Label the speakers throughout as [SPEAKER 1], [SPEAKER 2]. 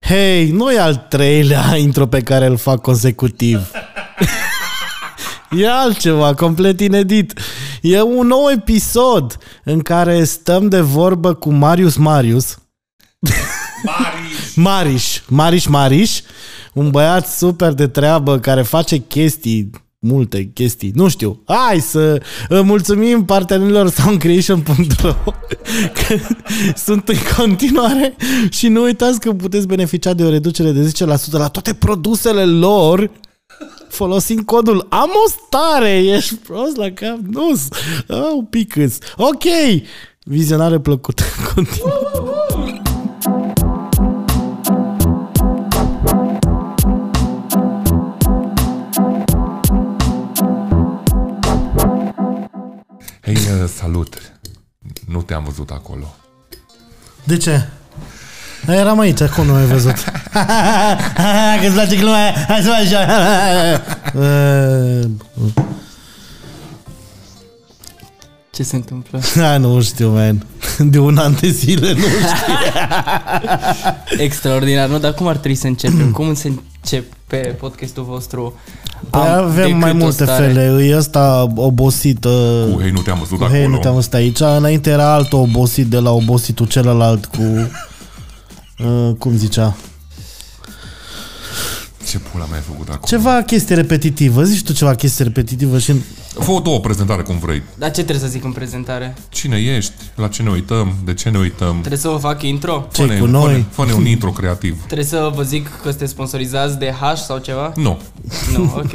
[SPEAKER 1] Hei, nu e al treilea intro pe care îl fac consecutiv. E altceva, complet inedit. E un nou episod în care stăm de vorbă cu Marius Marius.
[SPEAKER 2] Mariș!
[SPEAKER 1] Mariș, Mariș Mariș, un băiat super de treabă care face chestii multe chestii, nu știu. Hai să uh, mulțumim partenerilor soundcreation.ro că sunt în continuare și nu uitați că puteți beneficia de o reducere de 10% la toate produsele lor folosind codul am o stare, ești prost la cap, nu oh, un pic îți. Ok, vizionare plăcută, continuă.
[SPEAKER 2] Hei, uh, salut! Nu te-am văzut acolo.
[SPEAKER 1] De ce? Eram aici, acum nu mi-ai văzut. Că-ți place gluma hai să faci așa.
[SPEAKER 3] Ce se întâmplă?
[SPEAKER 1] Da, nu știu, man. De un an de zile, nu știu.
[SPEAKER 3] Extraordinar, nu? Dar cum ar trebui să începem? Cum se începe podcastul vostru?
[SPEAKER 1] Păi
[SPEAKER 3] Am
[SPEAKER 1] avem
[SPEAKER 3] decât
[SPEAKER 1] mai
[SPEAKER 3] o
[SPEAKER 1] multe
[SPEAKER 3] stare.
[SPEAKER 1] fele. E ăsta obosit. uh,
[SPEAKER 2] Cu hei, nu te-am văzut
[SPEAKER 1] Cu
[SPEAKER 2] acolo.
[SPEAKER 1] hei, nu te-am văzut aici. Înainte era altul obosit de la obositul celălalt cu... uh, Cum zicea?
[SPEAKER 2] Ce pula mea ai făcut acolo?
[SPEAKER 1] Ceva chestie repetitivă. Zici tu ceva chestie repetitivă și...
[SPEAKER 2] Fă tu o prezentare cum vrei.
[SPEAKER 3] Dar ce trebuie să zic în prezentare?
[SPEAKER 2] Cine ești? La ce ne uităm? De ce ne uităm?
[SPEAKER 3] Trebuie să vă fac intro?
[SPEAKER 1] Ce cu
[SPEAKER 2] Fă-ne,
[SPEAKER 1] noi?
[SPEAKER 2] fă-ne un intro creativ.
[SPEAKER 3] Trebuie să vă zic că sunteți sponsorizați de H sau ceva?
[SPEAKER 2] Nu.
[SPEAKER 3] Nu, ok.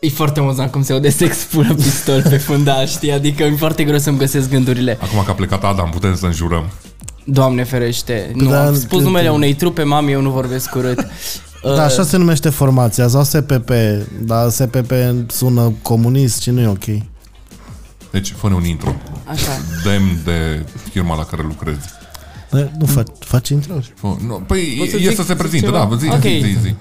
[SPEAKER 3] E foarte amuzant cum se aude sex pură pistol pe fundaș, știi? Adică e foarte greu să-mi găsesc gândurile.
[SPEAKER 2] Acum că a plecat Adam, putem să înjurăm.
[SPEAKER 3] Doamne ferește, nu,
[SPEAKER 1] Da,
[SPEAKER 3] am spus
[SPEAKER 1] că-
[SPEAKER 3] numele unei trupe, mami, eu nu vorbesc urât. Uh,
[SPEAKER 1] Da, așa se numește formația, sau SPP, dar SPP sună comunist și nu e ok.
[SPEAKER 2] Deci, fă-ne un intro.
[SPEAKER 3] Așa.
[SPEAKER 2] Demn de firma la care lucrezi.
[SPEAKER 1] Da, Nu faci, faci intro?
[SPEAKER 2] Fă, nu, păi,
[SPEAKER 3] Pot să
[SPEAKER 2] e
[SPEAKER 3] zic
[SPEAKER 2] să se prezinte,
[SPEAKER 3] ceva?
[SPEAKER 2] da, zi,
[SPEAKER 3] Ok.
[SPEAKER 2] zi, zi, zi.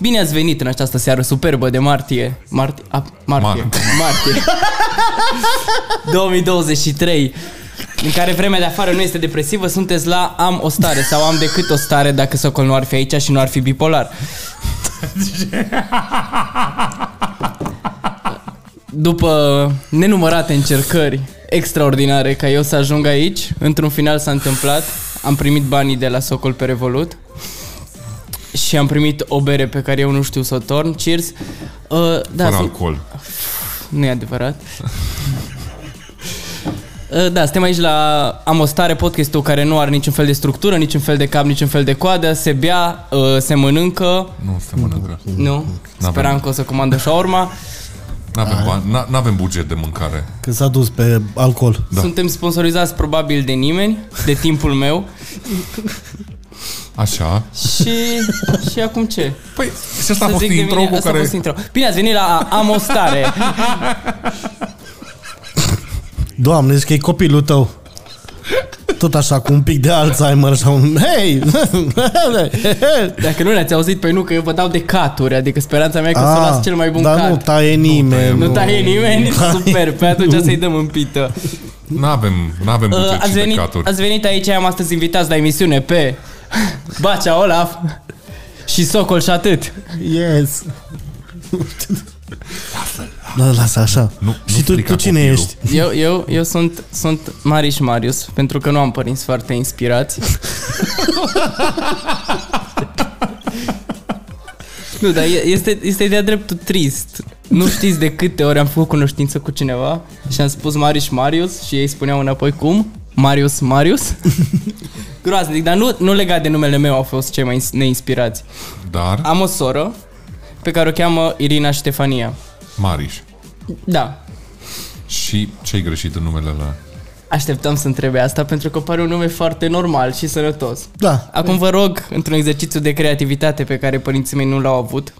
[SPEAKER 3] Bine ați venit în această seară superbă de martie. Marti, a, martie.
[SPEAKER 2] Mar-
[SPEAKER 3] martie. 2023. În care vremea de afară nu este depresivă, sunteți la am o stare sau am decât o stare dacă Socol nu ar fi aici și nu ar fi bipolar. După nenumărate încercări extraordinare ca eu să ajung aici, într-un final s-a întâmplat, am primit banii de la Socol pe Revolut și am primit o bere pe care eu nu știu să o torn, cheers. Uh, da,
[SPEAKER 2] Fără
[SPEAKER 3] sunt-
[SPEAKER 2] alcool.
[SPEAKER 3] nu e adevărat. Uh, Da, suntem aici la Am o stare, podcastul care nu are niciun fel de structură, niciun fel de cap, niciun fel de coadă, se bea, uh, se mănâncă,
[SPEAKER 2] Nu, se mănâncă.
[SPEAKER 3] nu?
[SPEAKER 2] Da, păi
[SPEAKER 3] Speram că o să comandă urma.
[SPEAKER 2] N-avem, bani, n- n-avem buget de mâncare.
[SPEAKER 1] Că s-a dus pe alcool.
[SPEAKER 2] Da.
[SPEAKER 3] Da. Suntem sponsorizați probabil de nimeni, de timpul meu
[SPEAKER 2] Așa.
[SPEAKER 3] și, și acum ce?
[SPEAKER 2] Păi, și asta a
[SPEAKER 3] Să
[SPEAKER 2] fost
[SPEAKER 3] zic de
[SPEAKER 2] intro
[SPEAKER 3] mine-
[SPEAKER 2] cu
[SPEAKER 3] asta a
[SPEAKER 2] care...
[SPEAKER 3] fost intro. Bine ați venit la Am o stare.
[SPEAKER 1] Doamne, zici că e copilul tău. Tot așa, cu un pic de Alzheimer sau un... Hei!
[SPEAKER 3] Dacă nu ne-ați auzit, pe nu, că eu vă dau de caturi, adică speranța mea e că o să
[SPEAKER 2] Ah,
[SPEAKER 3] las cel mai bun
[SPEAKER 1] Ah,
[SPEAKER 2] da,
[SPEAKER 1] dar
[SPEAKER 3] cat.
[SPEAKER 1] nu taie nimeni.
[SPEAKER 3] Nu taie nimeni?
[SPEAKER 1] taie.
[SPEAKER 3] Super, pe atunci să-i dăm în pită.
[SPEAKER 2] N-avem, n-avem
[SPEAKER 3] Uh,
[SPEAKER 2] buget
[SPEAKER 3] ați,
[SPEAKER 2] și
[SPEAKER 3] venit,
[SPEAKER 2] de caturi.
[SPEAKER 3] ați venit aici, am astăzi invitați la emisiune pe Bacea Olaf și Socol și atât.
[SPEAKER 1] Yes. Lasă, lasă așa.
[SPEAKER 2] Nu- nu
[SPEAKER 1] și tu,
[SPEAKER 2] strica
[SPEAKER 1] tu cine
[SPEAKER 2] copilul.
[SPEAKER 1] ești?
[SPEAKER 3] Eu, eu, eu sunt, sunt Mariș Marius, pentru că nu am părinți foarte inspirați. nu, dar e- este, este de-a dreptul trist. Nu știți de câte ori am făcut cunoștință cu cineva și am spus Mariș Marius și ei spuneau înapoi cum? Marius Marius? Groaznic, dar nu, nu legat de numele meu au fost cei mai ins- neinspirați.
[SPEAKER 2] Dar,
[SPEAKER 3] Am o soră pe care o cheamă Irina Ștefania.
[SPEAKER 2] Mariș.
[SPEAKER 3] Da,
[SPEAKER 2] Și ce-i greșit în numele ăla?
[SPEAKER 3] Așteptam să întrebe asta pentru că pare un nume foarte normal și sănătos.
[SPEAKER 1] Da.
[SPEAKER 3] Acum vă rog, într-un exercițiu de creativitate pe care părinții mei nu l-au avut,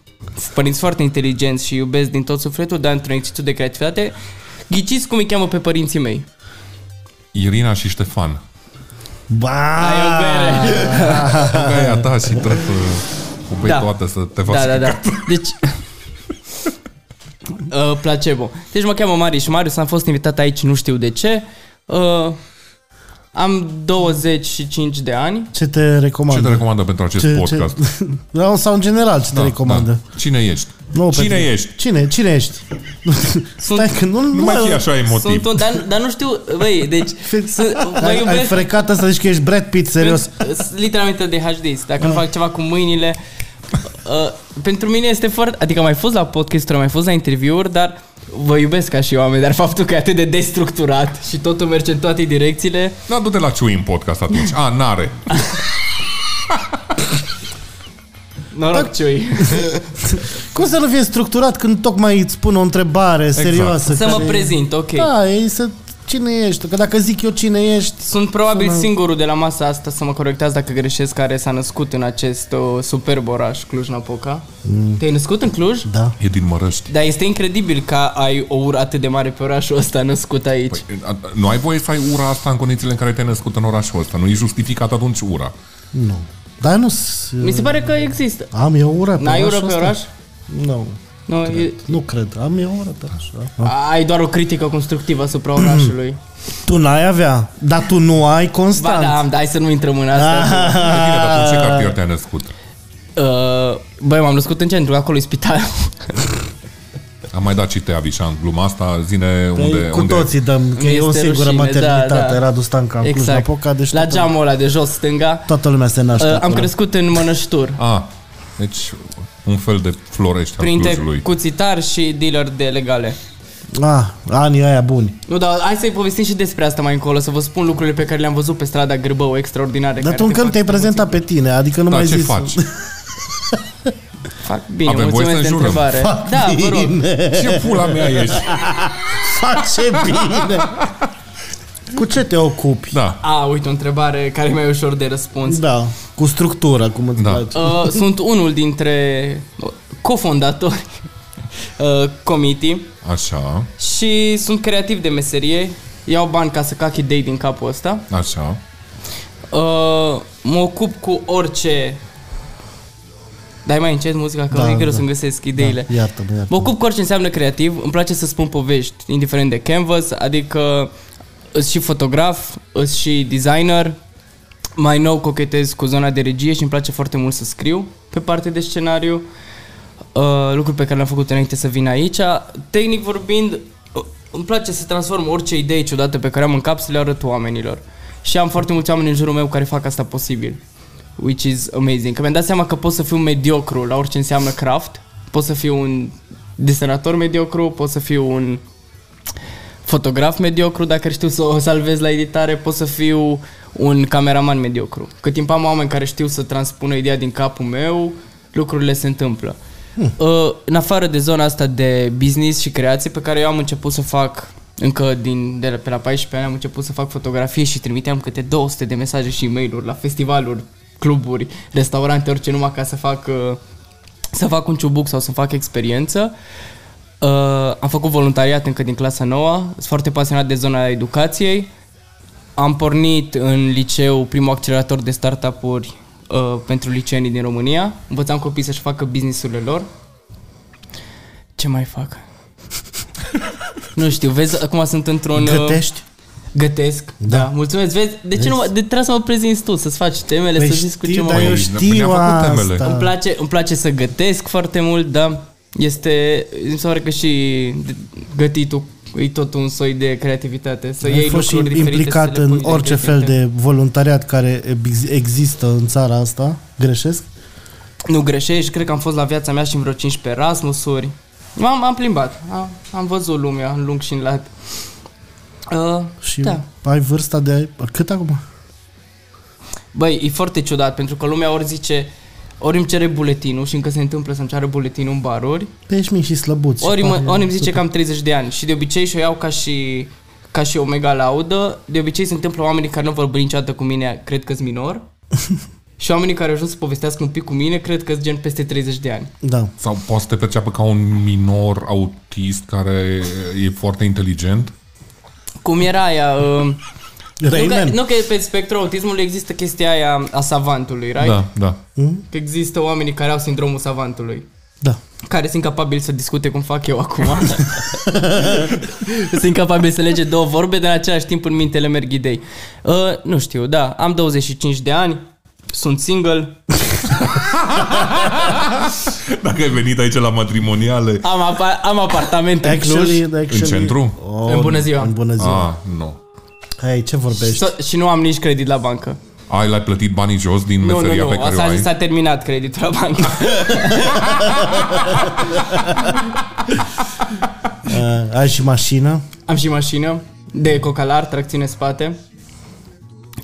[SPEAKER 3] părinți foarte inteligenți și iubesc din tot sufletul, dar într-un exercițiu de creativitate, ghiciți cum îi cheamă pe părinții mei.
[SPEAKER 2] Irina și Ștefan.
[SPEAKER 1] Ba!
[SPEAKER 3] Ai o bere.
[SPEAKER 2] Aia ta și trebuie cu bei
[SPEAKER 3] Da.
[SPEAKER 2] toate să te faci
[SPEAKER 3] Da, da,
[SPEAKER 2] căcat.
[SPEAKER 3] da. Deci... Uh, placebo. Deci mă cheamă Marius Marius, am fost invitat aici, nu știu de ce. Uh, Am 25 de ani.
[SPEAKER 1] Ce te
[SPEAKER 2] Ce te
[SPEAKER 1] recomandă?
[SPEAKER 2] recomandă pentru acest podcast?
[SPEAKER 1] Da, sau în general ce te recomandă?
[SPEAKER 2] Cine ești?
[SPEAKER 1] Nu,
[SPEAKER 2] Cine
[SPEAKER 1] pentru-
[SPEAKER 2] ești?
[SPEAKER 1] Cine? Cine ești? Stai că nu,
[SPEAKER 2] Nu mai fi așa emotiv.
[SPEAKER 3] Sunt un, dar, dar nu știu, băi, deci sunt, mă
[SPEAKER 1] ai, ai
[SPEAKER 3] iubesc
[SPEAKER 1] frecat asta, zici că ești Brad Pitt, serios. Ah.
[SPEAKER 3] Sunt Literalmente de HD. Dacă nu fac ceva cu mâinile... Uh, pentru mine este foarte... Adică am mai fost la podcast am mai fost la interviuri, dar vă iubesc ca și oameni, dar faptul că e atât de destructurat și totul merge în toate direcțiile...
[SPEAKER 2] Da, du-te la Ciui în podcast atunci. A, n-are.
[SPEAKER 1] Da.
[SPEAKER 3] Noroc, ciui.
[SPEAKER 1] Cum să nu fie structurat când tocmai îți pun o întrebare
[SPEAKER 2] Exact.
[SPEAKER 1] serioasă?
[SPEAKER 3] Să mă
[SPEAKER 1] care-
[SPEAKER 3] prezint, ok.
[SPEAKER 1] Da, e să... Cine ești? Că dacă zic eu cine ești...
[SPEAKER 3] Sunt probabil singurul de la masa asta, să mă corectați dacă greșesc, care s-a născut în acest uh, superb oraș, Cluj-Napoca.
[SPEAKER 1] Mm.
[SPEAKER 3] Te-ai născut în Cluj?
[SPEAKER 1] Da.
[SPEAKER 2] E din Mărăști.
[SPEAKER 3] Dar este incredibil că ai o ură atât de mare pe orașul ăsta născut aici.
[SPEAKER 2] Păi, a- nu ai voie să ai ura asta în condițiile în care te-ai născut în orașul ăsta. Nu e justificat atunci ura.
[SPEAKER 1] Nu. Dar nu... s-
[SPEAKER 3] Mi se pare că
[SPEAKER 1] mm.
[SPEAKER 3] există.
[SPEAKER 1] Am eu ură pe
[SPEAKER 3] N-ai ură
[SPEAKER 1] orașul
[SPEAKER 3] pe
[SPEAKER 1] ăsta?
[SPEAKER 3] oraș?
[SPEAKER 1] Nu.
[SPEAKER 3] Nu, e,
[SPEAKER 1] Nu cred. Am eu ură pe oraș. da.
[SPEAKER 3] ai doar o critică constructivă asupra
[SPEAKER 1] Mm.
[SPEAKER 3] orașului.
[SPEAKER 1] Tu n-ai avea. Dar tu nu ai
[SPEAKER 3] ba
[SPEAKER 1] constant.
[SPEAKER 3] da, am, da, hai să nu intrăm în asta.
[SPEAKER 1] Ah.
[SPEAKER 2] Pe tine, dar tu în ce cartier te-ai născut?
[SPEAKER 3] Uh, băi, m-am născut în centru, acolo e spital.
[SPEAKER 2] Am mai dat și te avișa în gluma asta. Zine unde...
[SPEAKER 1] Păi, cu
[SPEAKER 2] unde...
[SPEAKER 1] toții dăm, că
[SPEAKER 3] Mi
[SPEAKER 1] e o
[SPEAKER 3] este
[SPEAKER 1] singură
[SPEAKER 3] rușine,
[SPEAKER 1] maternitate,
[SPEAKER 3] da, da.
[SPEAKER 1] Radu Stanca, exact. Cluj-Napoca, deci
[SPEAKER 3] La
[SPEAKER 1] toată,
[SPEAKER 3] geamul ăla de jos stânga.
[SPEAKER 1] toată lumea se naște.
[SPEAKER 3] Uh, am
[SPEAKER 1] acolo.
[SPEAKER 3] crescut în Mănăștur.
[SPEAKER 2] A, deci un fel de florești al
[SPEAKER 3] Printre
[SPEAKER 2] Clujului.
[SPEAKER 3] cuțitar și dealer de legale.
[SPEAKER 1] Ah, anii aia buni.
[SPEAKER 3] Nu, dar hai să-i povestim și despre asta mai încolo, să vă spun lucrurile pe care le-am văzut pe strada Grăbău, extraordinare.
[SPEAKER 1] Dar
[SPEAKER 3] care
[SPEAKER 1] tu încă nu
[SPEAKER 3] fac-
[SPEAKER 1] te-ai prezentat pe tine, adică nu
[SPEAKER 2] Da,
[SPEAKER 1] mai
[SPEAKER 2] ce
[SPEAKER 1] zis.
[SPEAKER 2] faci?
[SPEAKER 3] Fac bine,
[SPEAKER 2] Avem voie
[SPEAKER 3] mulțumesc
[SPEAKER 2] să
[SPEAKER 3] de
[SPEAKER 2] înjurăm.
[SPEAKER 3] întrebare. Da, vă rog.
[SPEAKER 1] Bine,
[SPEAKER 2] Ce pula mea ești?
[SPEAKER 1] face bine. Cu ce te ocupi?
[SPEAKER 2] Da.
[SPEAKER 3] A, uite, o întrebare care e mai ușor de răspuns.
[SPEAKER 1] Da, cu structură, cum îți
[SPEAKER 2] Da.
[SPEAKER 1] place.
[SPEAKER 3] Uh, sunt unul dintre uh, cofondatori uh, comitii
[SPEAKER 2] Așa,
[SPEAKER 3] și sunt creativ de meserie. Iau bani ca să cac idei din capul ăsta.
[SPEAKER 2] așa.
[SPEAKER 3] Uh, mă ocup cu orice... Dai mai încet muzica, că
[SPEAKER 1] Da,
[SPEAKER 3] da, e greu
[SPEAKER 1] da.
[SPEAKER 3] să-mi găsesc ideile.
[SPEAKER 1] Da, iartă-mă, iartă-mă.
[SPEAKER 3] Mă ocup cu orice înseamnă creativ. Îmi place să spun povești, indiferent de canvas, adică îs și fotograf, îs și designer. Mai nou cochetez cu zona de regie și îmi place foarte mult să scriu pe parte de scenariu. Uh, lucruri pe care le-am făcut înainte să vin aici. Tehnic vorbind, uh, îmi place să transform orice idee ciudată pe care am în cap să le arăt oamenilor. Și am foarte mulți oameni în jurul meu care fac asta posibil. Which is amazing. Că mi-am dat seama că pot să fiu mediocru la orice înseamnă craft. Pot să fiu un desenator mediocru, pot să fiu un fotograf mediocru, dacă știu să o salvez la editare, pot să fiu un cameraman mediocru. Cât timp am oameni care știu să transpună ideea din capul meu, lucrurile se întâmplă. Hmm. În afară de zona asta de business și creație pe care eu am început să fac încă din, de la, pe la 14 ani am început să fac fotografie și trimiteam câte 200 de mesaje și e-mail-uri la festivaluri, cluburi, restaurante, orice numai ca să fac uh, să fac un ciubuc sau să fac experiență. Uh, am făcut voluntariat încă din clasa 9, sunt foarte pasionat de zona educației. Am pornit în liceu primul accelerator de startup-uri uh, pentru liceenii din România. Învățam copii să-și facă business-urile lor. Ce mai fac? nu știu, vezi, acum sunt într-un... uh,
[SPEAKER 1] Gătești?
[SPEAKER 3] Gătesc, da. da. Mulțumesc, vezi? De ce nu mă, de, trebuie să mă prezinți tu, să-ți faci temele,
[SPEAKER 1] Păi
[SPEAKER 3] să zici cu ce
[SPEAKER 1] știu,
[SPEAKER 3] mă...
[SPEAKER 1] dar eu
[SPEAKER 2] Păi,
[SPEAKER 1] știu
[SPEAKER 2] ne-am făcut temele.
[SPEAKER 1] asta.
[SPEAKER 3] Îmi place, îmi place să gătesc foarte mult, da. Este, mi se pare că și de- gătitul e tot un soi de creativitate. Să
[SPEAKER 1] Ai
[SPEAKER 3] iei
[SPEAKER 1] fost și
[SPEAKER 3] lucruri diferite,
[SPEAKER 1] implicat
[SPEAKER 3] să le pui
[SPEAKER 1] în
[SPEAKER 3] de
[SPEAKER 1] orice fel
[SPEAKER 3] diferite.
[SPEAKER 1] de voluntariat care ex- există în țara asta? Greșesc?
[SPEAKER 3] Nu greșești, cred că am fost la viața mea și în vreo 15 Erasmusuri. M-am, am plimbat, am, am văzut lumea în lung și în lat. Uh,
[SPEAKER 1] Și
[SPEAKER 3] da.
[SPEAKER 1] ai vârsta de... Cât acum?
[SPEAKER 3] Băi, e foarte ciudat, pentru că lumea ori zice, ori îmi cere buletinul și încă se întâmplă să-mi ceară buletinul în baruri,
[SPEAKER 1] Pe ești mic și slăbuț.
[SPEAKER 3] Ori,
[SPEAKER 1] și
[SPEAKER 3] mă,
[SPEAKER 1] pare-
[SPEAKER 3] ori îmi zice că am 30 de ani și de obicei și o iau ca și, ca și o mega laudă. De obicei se întâmplă oamenii care nu vor niciodată cu mine, cred că-s minor. și oamenii care ajung să povestească un pic cu mine, cred că-s gen peste 30 de ani.
[SPEAKER 1] Da.
[SPEAKER 2] Sau poate să te perceapă ca un minor autist care e foarte inteligent?
[SPEAKER 3] Cum era aia... Uh, nu, că,
[SPEAKER 1] Rayman.
[SPEAKER 3] nu că pe spectrul autismului există chestia aia a savantului, right?
[SPEAKER 2] Da, da.
[SPEAKER 3] Că există oamenii care au sindromul savantului.
[SPEAKER 1] Da.
[SPEAKER 3] care sunt incapabili să discute cum fac eu acum. sunt incapabil să lege două vorbe, dar în același timp în minte le merg idei. Uh, nu știu, da, am 25 de ani, sunt single,
[SPEAKER 2] Dacă ai venit aici la matrimoniale,
[SPEAKER 3] am, apa- am apartament în Cluj.
[SPEAKER 1] Actually, actually,
[SPEAKER 2] în centru?
[SPEAKER 1] Oh,
[SPEAKER 3] În bună ziua.
[SPEAKER 1] În bună ziua.
[SPEAKER 2] Ah, nu.
[SPEAKER 1] Hei, ce vorbești?
[SPEAKER 3] So- și nu am nici credit la bancă.
[SPEAKER 2] Ai, l-ai plătit banii jos din
[SPEAKER 3] Nu, nu,
[SPEAKER 2] meseria
[SPEAKER 3] nu,
[SPEAKER 2] pe care o
[SPEAKER 3] asta a
[SPEAKER 2] ai?
[SPEAKER 3] zis, s-a terminat creditul la bancă.
[SPEAKER 1] Uh, ai și mașină?
[SPEAKER 3] Am și mașină de cocalar, tracțiune spate.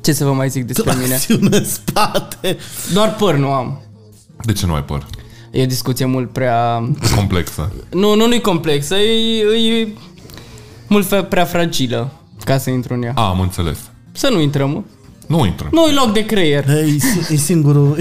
[SPEAKER 3] Ce să vă mai zic despre mine?
[SPEAKER 1] Acțiune în spate.
[SPEAKER 3] Doar păr nu am.
[SPEAKER 2] De ce nu ai păr?
[SPEAKER 3] E o discuție mult prea...
[SPEAKER 2] Complexă.
[SPEAKER 3] Nu, nu, nu-i complexă, e, e mult fe- prea fragilă ca să intru în ea.
[SPEAKER 2] A, am înțeles.
[SPEAKER 3] Să nu intrăm. mă.
[SPEAKER 2] Nu intră.
[SPEAKER 3] Nu-i loc de creier.
[SPEAKER 1] Hei, e singurul.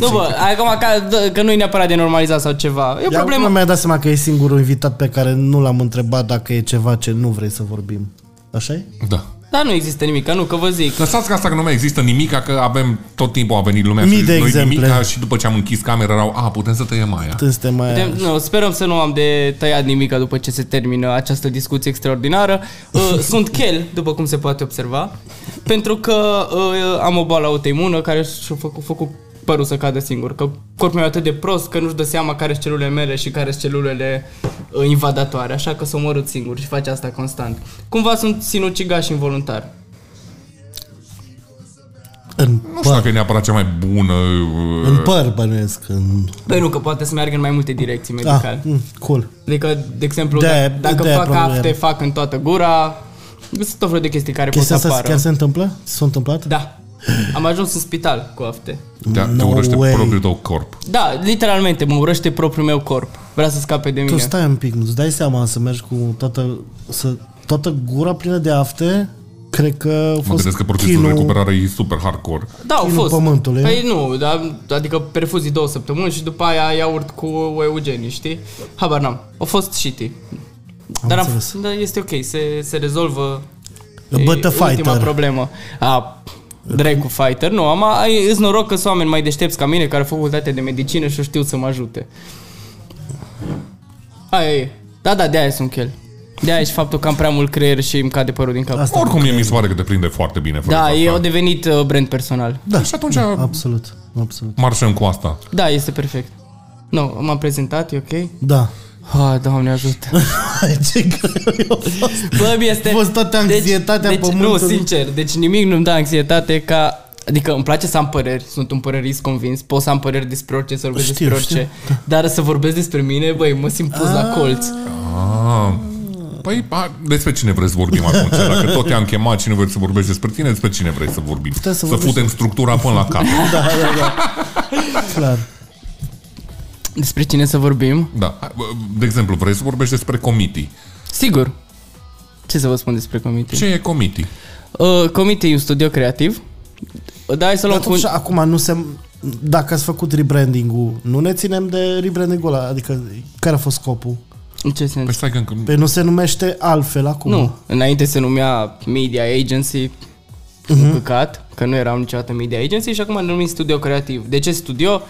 [SPEAKER 3] Nu, bă, acum ca, dă- că nu-i neapărat de normalizat sau ceva. E o
[SPEAKER 1] Problema
[SPEAKER 3] problemă.
[SPEAKER 1] mi-a dat seama că e singurul invitat pe care nu l-am întrebat dacă e ceva ce nu vrei să vorbim. așa e?
[SPEAKER 2] Da.
[SPEAKER 3] Dar nu există nimic, nu, că vă zic.
[SPEAKER 2] Lăsați că asta că nu mai există nimica, că avem tot timpul a venit lumea.
[SPEAKER 1] Mii
[SPEAKER 2] și
[SPEAKER 1] de
[SPEAKER 2] noi
[SPEAKER 1] exemple.
[SPEAKER 2] Nimica și după ce am închis camera erau, a, putem să tăiem aia.
[SPEAKER 1] Când suntem uh, mai...
[SPEAKER 3] Putem, nu, sperăm să nu am de tăiat nimic după ce se termină această discuție extraordinară. Uh, Sunt chel, după cum se poate observa, pentru că uh, am o boală autoimună care și-a făcut, făcut părul să cadă singur, că corpul meu e atât de prost că nu-și dă seama care sunt celulele mele și care sunt celulele uh, invadatoare, așa că s-a omorât singur și face asta constant. Cumva sunt sinucigaș involuntar.
[SPEAKER 1] În
[SPEAKER 2] Nu știu
[SPEAKER 1] păr,
[SPEAKER 2] dacă e neapărat cea mai bună... uh,
[SPEAKER 1] în păr bănuiesc. În...
[SPEAKER 3] Păi nu, că poate să meargă în mai multe direcții medical.
[SPEAKER 1] Ah, mm, cool.
[SPEAKER 3] Adică, de exemplu,
[SPEAKER 1] De-aia-
[SPEAKER 3] de dacă
[SPEAKER 1] de-aia
[SPEAKER 3] fac
[SPEAKER 1] problema
[SPEAKER 3] afte,
[SPEAKER 1] era.
[SPEAKER 3] fac în toată gura. Sunt tot vreo de chestii care
[SPEAKER 1] Chestia
[SPEAKER 3] pot să
[SPEAKER 1] asta
[SPEAKER 3] apară.
[SPEAKER 1] chiar se întâmplă? S-a întâmplat?
[SPEAKER 3] Da. Am ajuns în spital cu afte.
[SPEAKER 2] Te, te
[SPEAKER 1] No
[SPEAKER 2] urăște
[SPEAKER 1] way.
[SPEAKER 2] propriul tău corp.
[SPEAKER 3] Da, literalmente, mă urăște propriul meu corp. Vrea să scape de
[SPEAKER 1] Tu
[SPEAKER 3] mine.
[SPEAKER 1] stai un pic, îți dai seama să mergi cu toată, să, toată gura plină de afte? Cred că a
[SPEAKER 2] Mă
[SPEAKER 1] fost
[SPEAKER 2] gândesc că procesul de
[SPEAKER 1] chinul...
[SPEAKER 2] recuperare e super hardcore.
[SPEAKER 3] Da, au
[SPEAKER 1] Chinul
[SPEAKER 3] fost.
[SPEAKER 1] pământului.
[SPEAKER 3] Păi nu, da, adică perfuzii două săptămâni și după aia iaurt cu o eugenie, știi? Habar n-am. Au fost shitty. Dar, am,
[SPEAKER 1] înțeles.
[SPEAKER 3] dar este ok, se, se rezolvă
[SPEAKER 1] A bătă
[SPEAKER 3] E Ultima
[SPEAKER 1] fighter.
[SPEAKER 3] problemă. A, Dracu Fighter, nu, am, ai, îți noroc că sunt oameni mai deștepți ca mine care au facultate de medicină și știu să mă ajute. Aia e. Da, da, de-aia sunt chel. De-aia e și faptul că am prea mult creier și îmi cade părul din cap.
[SPEAKER 1] Asta-
[SPEAKER 2] Oricum, mie mi se pare că te prinde foarte bine. fără
[SPEAKER 3] da,
[SPEAKER 2] asta.
[SPEAKER 3] eu au devenit uh, brand personal.
[SPEAKER 1] Da,
[SPEAKER 2] Și atunci
[SPEAKER 1] absolut, absolut.
[SPEAKER 2] marșăm cu asta.
[SPEAKER 3] Da, este perfect. Nu, no, m-am prezentat, e ok?
[SPEAKER 1] Da.
[SPEAKER 3] Ha, doamne ajută.
[SPEAKER 1] Ce greu a fost.
[SPEAKER 3] Bă, mi este...
[SPEAKER 1] A fost toată anxietatea
[SPEAKER 3] deci, Nu,
[SPEAKER 1] pământului.
[SPEAKER 3] sincer, deci nimic nu-mi dă anxietate ca... Adică îmi place să am păreri, sunt un părerist convins, pot să am păreri despre orice, să vorbesc
[SPEAKER 1] Știu,
[SPEAKER 3] despre orice, dar să vorbesc despre mine, băi, mă simt pus la colț.
[SPEAKER 2] Ah. Păi, a, despre cine vrei să vorbim atunci? Dacă tot te-am chemat și nu vrei să vorbești despre tine, despre cine vrei să vorbim?
[SPEAKER 1] Putem să
[SPEAKER 2] să
[SPEAKER 1] vorbim.
[SPEAKER 2] putem structura până la cap.
[SPEAKER 1] Da, da, da. Clar.
[SPEAKER 3] Despre cine să vorbim?
[SPEAKER 2] Da. De exemplu, vrei să vorbești despre comitii.
[SPEAKER 3] Sigur. Ce să vă spun despre Comite?
[SPEAKER 2] Ce e comitii?
[SPEAKER 3] Uh, Comite e un studio creativ. Da, hai să luăm
[SPEAKER 1] Dar
[SPEAKER 3] cu...
[SPEAKER 1] totuși, acum nu se... Dacă ați făcut rebranding-ul, nu ne ținem de rebranding-ul ăla? Adică, care a fost scopul?
[SPEAKER 3] În ce sens?
[SPEAKER 2] Păi stai că încă...
[SPEAKER 1] Pe nu se numește altfel acum.
[SPEAKER 3] Nu, înainte se numea Media Agency,
[SPEAKER 1] Mhm.
[SPEAKER 3] uh-huh. căcat, că nu eram niciodată Media Agency și acum ne numim Studio Creativ. De ce Studio?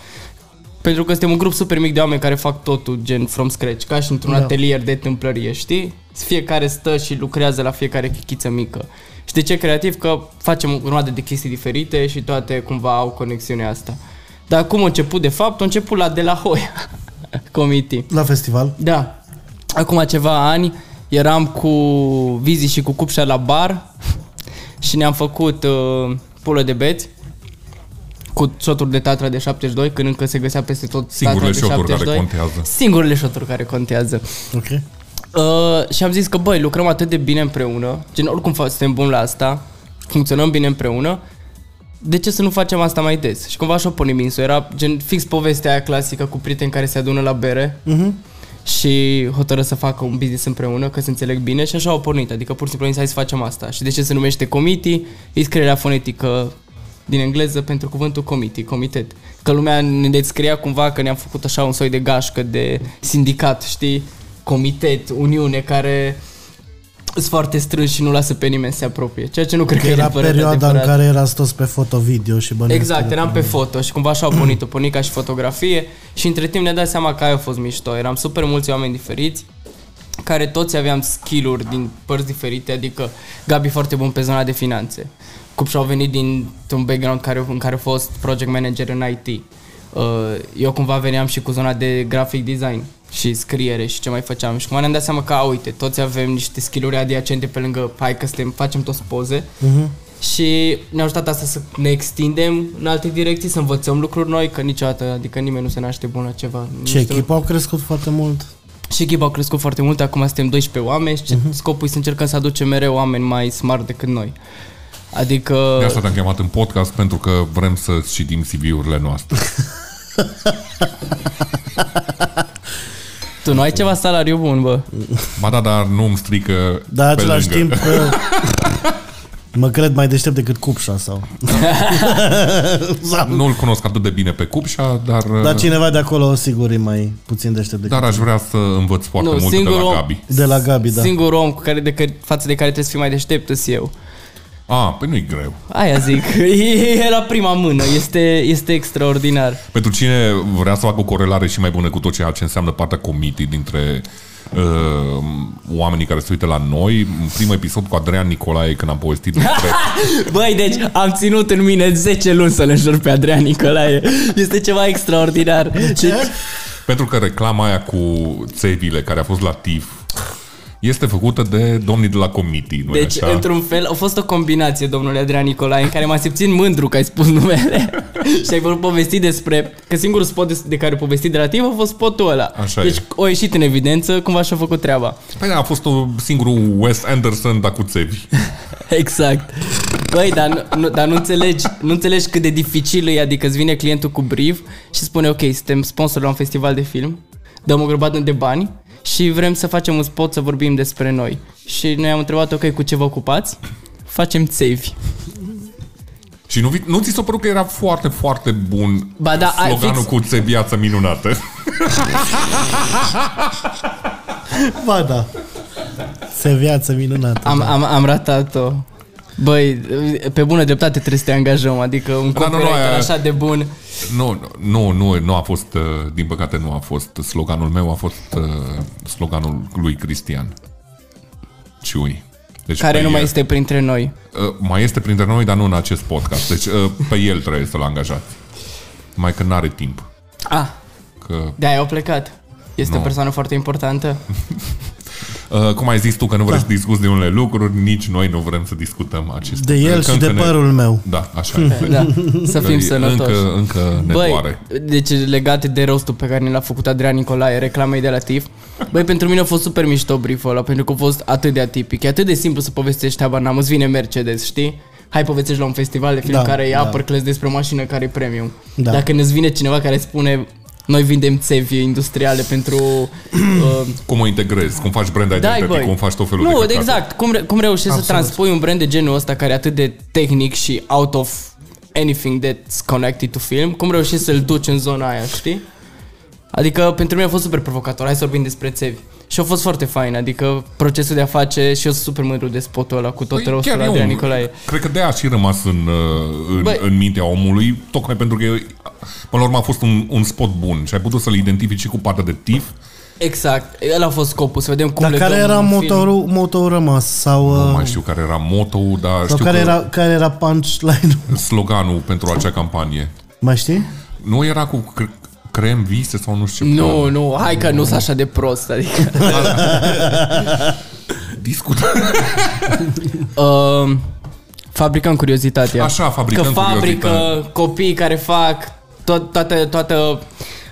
[SPEAKER 3] Pentru că suntem un grup super mic de oameni care fac totul gen from scratch, ca și într-un
[SPEAKER 1] Da.
[SPEAKER 3] da. atelier de tâmplărie, știi? Fiecare stă și lucrează la fiecare chichiță mică. Și de ce creativ? Că facem o grămadă de chestii diferite și toate cumva au conexiunea asta. Dar cum a început de fapt? A început la De La Hoia Committee.
[SPEAKER 1] La festival?
[SPEAKER 3] Da. Acum ceva ani eram cu Vizi și cu Cupșa la bar și ne-am făcut uh, pulă de beți cu șoturi de tatra de 72 când încă se găsea peste tot
[SPEAKER 2] Singurele
[SPEAKER 3] tatra de
[SPEAKER 2] șoturi care
[SPEAKER 3] 72.
[SPEAKER 2] contează.
[SPEAKER 3] Singurele șoturi care contează.
[SPEAKER 1] Ok.
[SPEAKER 3] Uh, și am zis că, băi, lucrăm atât de bine împreună, gen, oricum fa- suntem buni la asta, funcționăm bine împreună, de ce să nu facem asta mai des? Și cumva așa punem insul, era gen fix povestea aia clasică cu prieteni care se adună la bere
[SPEAKER 1] Mhm.
[SPEAKER 3] uh-huh. și hotără să facă un business împreună, că se înțeleg bine și așa au pornit, adică pur și simplu am zis, hai să facem asta. Și de ce se numește committee? E scrierea fonetică din engleză pentru cuvântul committee, comitet. Că lumea ne descria cumva că ne-am făcut așa un soi de gașcă de sindicat, știi? Comitet, uniune care sunt foarte strâns și nu lasă pe nimeni să se apropie. Ceea ce nu cred că,
[SPEAKER 1] Că
[SPEAKER 3] e
[SPEAKER 1] era
[SPEAKER 3] neapărat
[SPEAKER 1] perioada în
[SPEAKER 3] adevărat.
[SPEAKER 1] care erați toți pe fotovideo și bănuiesc
[SPEAKER 3] Exact,
[SPEAKER 1] că-
[SPEAKER 3] eram pe foto și cumva așa au pornit-o, pornit ca și fotografie și între timp ne dai seama că aia a fost mișto. Eram super mulți oameni diferiți care toți aveam skill-uri din părți diferite, adică Gabi foarte bun pe zona de finanțe. Cupș au venit dintr-un background care, în care a fost project manager în IT. Uh, Eu cumva veneam și cu zona de graphic design și scriere și ce mai făceam și cumva ne-am dat seama că, a, uite, toți avem niște skill-uri adiacente pe lângă, hai că suntem, facem toți poze
[SPEAKER 1] Mhm.
[SPEAKER 3] și ne-a ajutat asta să ne extindem în alte direcții, să învățăm lucruri noi, că niciodată, adică nimeni nu se naște bun la ceva. Nu
[SPEAKER 1] Ce
[SPEAKER 3] știu.
[SPEAKER 1] echipă au crescut foarte mult.
[SPEAKER 3] Și echipa a crescut foarte mult, acum suntem 12 oameni și
[SPEAKER 1] Mhm.
[SPEAKER 3] uh-huh. scopul e să încercăm să aducem mereu oameni mai smart decât noi. Adică...
[SPEAKER 2] De asta te-am chemat în podcast, pentru că vrem să citim CV-urile noastre.
[SPEAKER 3] Tu nu ai ceva salariu bun, bă.
[SPEAKER 2] Ba da, dar nu îmi strică
[SPEAKER 1] Dar în
[SPEAKER 2] pe
[SPEAKER 1] același
[SPEAKER 2] lângă.
[SPEAKER 1] timp... uh, Mă cred mai deștept decât Cupșa sau... sau
[SPEAKER 2] Nu-l cunosc atât de bine pe Cupșa, dar, uh,
[SPEAKER 1] dar cineva de acolo sigur e mai puțin deștept decât
[SPEAKER 2] dar aș vrea să învăț foarte
[SPEAKER 3] Nu,
[SPEAKER 2] mult de
[SPEAKER 3] singurul
[SPEAKER 2] la
[SPEAKER 3] om-
[SPEAKER 2] Gabi.
[SPEAKER 1] de la Gabi, da.
[SPEAKER 3] Singurul om cu care de care, față de care trebuie să fii mai deștept sunt eu.
[SPEAKER 2] A, păi nu-i greu.
[SPEAKER 3] Aia zic. E la prima mână. Este, este extraordinar.
[SPEAKER 2] Pentru cine vrea să facă o corelare și mai bună cu tot ceea ce înseamnă partea comitii dintre uh, oamenii care se uită la noi, în primul episod cu Adrian Nicolae, când am povestit despre...
[SPEAKER 3] Băi, deci am ținut în mine 10 luni să le înjur pe Adrian Nicolae. Este ceva extraordinar. Deci,
[SPEAKER 2] pentru că reclama aia cu țevile care a fost la TIF este făcută de domnii de la comitii, nu
[SPEAKER 3] deci
[SPEAKER 2] deci, așa?
[SPEAKER 3] într-un fel, a fost o combinație, domnule Adrian Nicolae, în care m-am simțit mândru că ai spus numele și ai vorbit povesti despre... Că singurul spot de, de care povesti de la tine a fost spotul ăla.
[SPEAKER 2] Așa
[SPEAKER 3] deci
[SPEAKER 2] e.
[SPEAKER 3] o ieșit în evidență, cumva și-a făcut treaba.
[SPEAKER 2] Păi da, a fost o singurul Wes Anderson, dar cu țevi.
[SPEAKER 3] Exact. Băi, dar, nu, dar nu, înțelegi, nu înțelegi cât de dificil e, adică îți vine clientul cu brief și spune, ok, suntem sponsor la un festival de film, dăm o grămadă de bani și vrem să facem un spot să vorbim despre noi. Și noi am întrebat, ok, cu ce vă ocupați? Facem țevi.
[SPEAKER 2] Și nu, vi- nu ți s-a părut că era foarte, foarte bun
[SPEAKER 3] Ba da, ai
[SPEAKER 2] sloganul
[SPEAKER 3] fix-
[SPEAKER 2] cu țe viață minunată?
[SPEAKER 1] Ba da. Se viață minunată.
[SPEAKER 3] Am,
[SPEAKER 2] Da.
[SPEAKER 3] am, am ratat-o. Băi, pe bună dreptate trebuie să te angajăm, adică un
[SPEAKER 2] Da, nu, nu,
[SPEAKER 3] copywriter
[SPEAKER 2] aia-
[SPEAKER 3] așa de bun.
[SPEAKER 2] Nu, nu, nu, nu a fost, uh, din păcate nu a fost sloganul meu, a fost uh, sloganul lui Cristian Ciui. Deci
[SPEAKER 3] Care
[SPEAKER 2] pe
[SPEAKER 3] nu mai
[SPEAKER 2] el-
[SPEAKER 3] este printre noi.
[SPEAKER 2] uh, Mai este printre noi, dar nu în acest podcast. Deci uh, pe el trebuie să-l angajați. Mai că n-are timp.
[SPEAKER 3] Ah,
[SPEAKER 2] Că,
[SPEAKER 3] de-aia au plecat. Este o
[SPEAKER 2] Nu.
[SPEAKER 3] persoană foarte importantă.
[SPEAKER 2] uh, cum ai zis tu că nu vrei
[SPEAKER 1] Da.
[SPEAKER 2] să discuți de unele lucruri, nici noi nu vrem să discutăm acest
[SPEAKER 1] De el și de părul meu.
[SPEAKER 2] Da, așa e.
[SPEAKER 3] Da, să
[SPEAKER 2] Că e-
[SPEAKER 3] fim sănătoși.
[SPEAKER 2] Încă, încă ne
[SPEAKER 3] Băi,
[SPEAKER 2] doare.
[SPEAKER 3] deci legate de rostul pe care ne l-a făcut Adrian Nicolae, reclamei de la TIF, băi, pentru mine a fost super mișto brieful ăla, pentru că a fost atât de atipic. E atât de simplu să povestești treaba, n-am, îți vine Mercedes, știi? Hai povestești la un festival de film
[SPEAKER 1] Da,
[SPEAKER 3] da, care e
[SPEAKER 1] da.
[SPEAKER 3] da. upperclass despre o mașină care e premium.
[SPEAKER 1] Da.
[SPEAKER 3] Da. Dacă ne vine cineva care spune noi vindem țevi industriale pentru... uh,
[SPEAKER 2] Cum o integrezi, cum faci brand
[SPEAKER 3] dai,
[SPEAKER 2] identity,
[SPEAKER 3] băi.
[SPEAKER 2] Adică cum faci tot felul de
[SPEAKER 3] nu,
[SPEAKER 2] căcaturi.
[SPEAKER 3] exact. Cum, re- cum reușești să transpui un brand de genul ăsta care e atât de tehnic și out of anything that's connected to film, cum reușești să-l duci în zona aia, știi? Adică pentru mine a fost super provocator, hai să vorbim despre țevi. Și a fost foarte fain, adică procesul de a face și eu sunt super mândru de spotul ăla cu tot
[SPEAKER 2] Păi,
[SPEAKER 3] rostul
[SPEAKER 2] chiar
[SPEAKER 3] ăla
[SPEAKER 2] e
[SPEAKER 3] de
[SPEAKER 2] un-
[SPEAKER 3] Nicolae.
[SPEAKER 2] Cred că de-aia a și rămas în, uh, în,
[SPEAKER 3] Băi-
[SPEAKER 2] în mintea omului, tocmai pentru că, până la urmă, a fost un, un spot bun și ai putut să-l identifici și cu partea de TIF.
[SPEAKER 3] Exact, ăla a fost scopul, să vedem cum
[SPEAKER 1] Dar
[SPEAKER 3] le
[SPEAKER 1] care
[SPEAKER 3] dăm
[SPEAKER 1] era
[SPEAKER 3] în film.
[SPEAKER 1] motorul, motorul rămas? Sau,
[SPEAKER 2] Nu
[SPEAKER 1] uh,
[SPEAKER 2] mai știu care era moto, dar
[SPEAKER 1] sau
[SPEAKER 2] știu
[SPEAKER 1] care,
[SPEAKER 2] că
[SPEAKER 1] era, care era punchline-ul?
[SPEAKER 2] sloganul pentru acea campanie.
[SPEAKER 1] Mai știi?
[SPEAKER 2] Nu era cu cre- crem vise sau nu știu ce.
[SPEAKER 3] Nu, nu, hai că nu sunt așa de prost, adică...
[SPEAKER 2] Discută.
[SPEAKER 3] Uh, fabricăm curiozitatea.
[SPEAKER 2] Așa, fabricăm
[SPEAKER 3] Că fabrică,
[SPEAKER 2] curiozitatea.
[SPEAKER 3] copiii care fac, tot, toată, toată,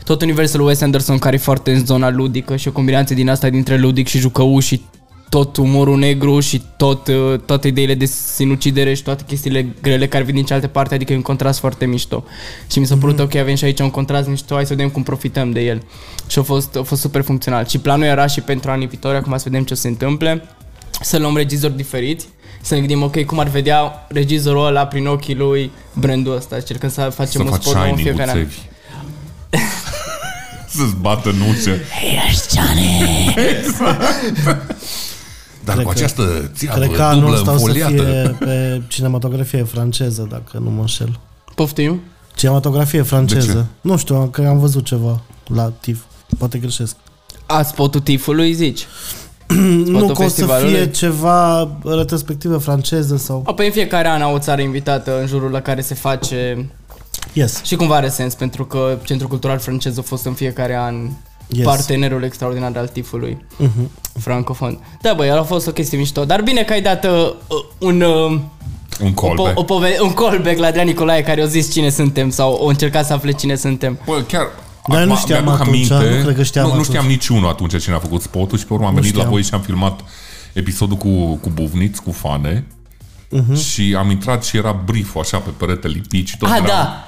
[SPEAKER 3] tot universul Wes Anderson care e foarte în zona ludică și o combinație din asta dintre ludic și jucăuș și tot umorul negru și tot, uh, toate ideile de sinucidere și toate chestiile grele care vin din cealaltă parte, adică e un contrast foarte mișto. Și mi s-a părut ok, avem și aici un contrast mișto, hai să vedem cum profităm de el. Și a fost, a fost super funcțional. Și planul era și pentru anii viitori, acum să vedem ce se întâmple să luăm regizori diferiți, să ne gândim, ok, cum ar vedea regizorul ăla prin ochii lui brandul ăsta. Încercăm să facem
[SPEAKER 2] Să
[SPEAKER 3] un
[SPEAKER 2] faci
[SPEAKER 3] spot nou în
[SPEAKER 2] shining cu
[SPEAKER 3] fiecare an.
[SPEAKER 2] țevi. Să-ți bată nuțe.
[SPEAKER 3] Hei, ești Johnny!
[SPEAKER 2] Dar
[SPEAKER 1] Cred
[SPEAKER 2] cu
[SPEAKER 1] că-
[SPEAKER 2] această
[SPEAKER 1] Cred că
[SPEAKER 2] țeavă
[SPEAKER 1] anul
[SPEAKER 2] dublă,
[SPEAKER 1] ăsta o să
[SPEAKER 2] înfoliată,
[SPEAKER 1] fie pe cinematografie franceză, dacă nu mă înșel.
[SPEAKER 3] Poftim?
[SPEAKER 1] Cinematografie
[SPEAKER 2] De ce?
[SPEAKER 1] franceză. Nu știu, că am văzut ceva la TIF. Poate greșesc.
[SPEAKER 3] A spotul tifului, zici?
[SPEAKER 1] Nu că o să
[SPEAKER 3] festivalului?
[SPEAKER 1] fie ceva retrospectivă franceză sau...
[SPEAKER 3] Apoi în fiecare an au o țară invitată în jurul la care se face
[SPEAKER 1] Yes.
[SPEAKER 3] și cumva are sens pentru că Centrul Cultural Francez a fost în fiecare an
[SPEAKER 1] Yes.
[SPEAKER 3] yes. partenerul extraordinar al tifului uh-huh. francofon. Da, băi, a fost o chestie mișto, dar bine că ai dat uh, un... Uh,
[SPEAKER 2] un
[SPEAKER 3] o po-
[SPEAKER 2] callback.
[SPEAKER 3] o pove- un callback la Adrian Nicolae care a zis cine suntem sau o încercat să afle cine suntem.
[SPEAKER 2] Bă, chiar...
[SPEAKER 1] Dar nu știam
[SPEAKER 2] mi-aduc
[SPEAKER 1] atunci, nu cred că știam
[SPEAKER 2] nu, nu
[SPEAKER 1] atunci.
[SPEAKER 2] știam niciunul atunci cine a făcut spotul și pe urmă am venit la
[SPEAKER 1] știam.
[SPEAKER 2] voi și am filmat episodul cu, cu buvniți, cu fane.
[SPEAKER 1] Mhm.
[SPEAKER 2] Uh-huh. Și am intrat și era brief așa pe perete lipici. Tot
[SPEAKER 3] Ah,
[SPEAKER 2] era-
[SPEAKER 3] da!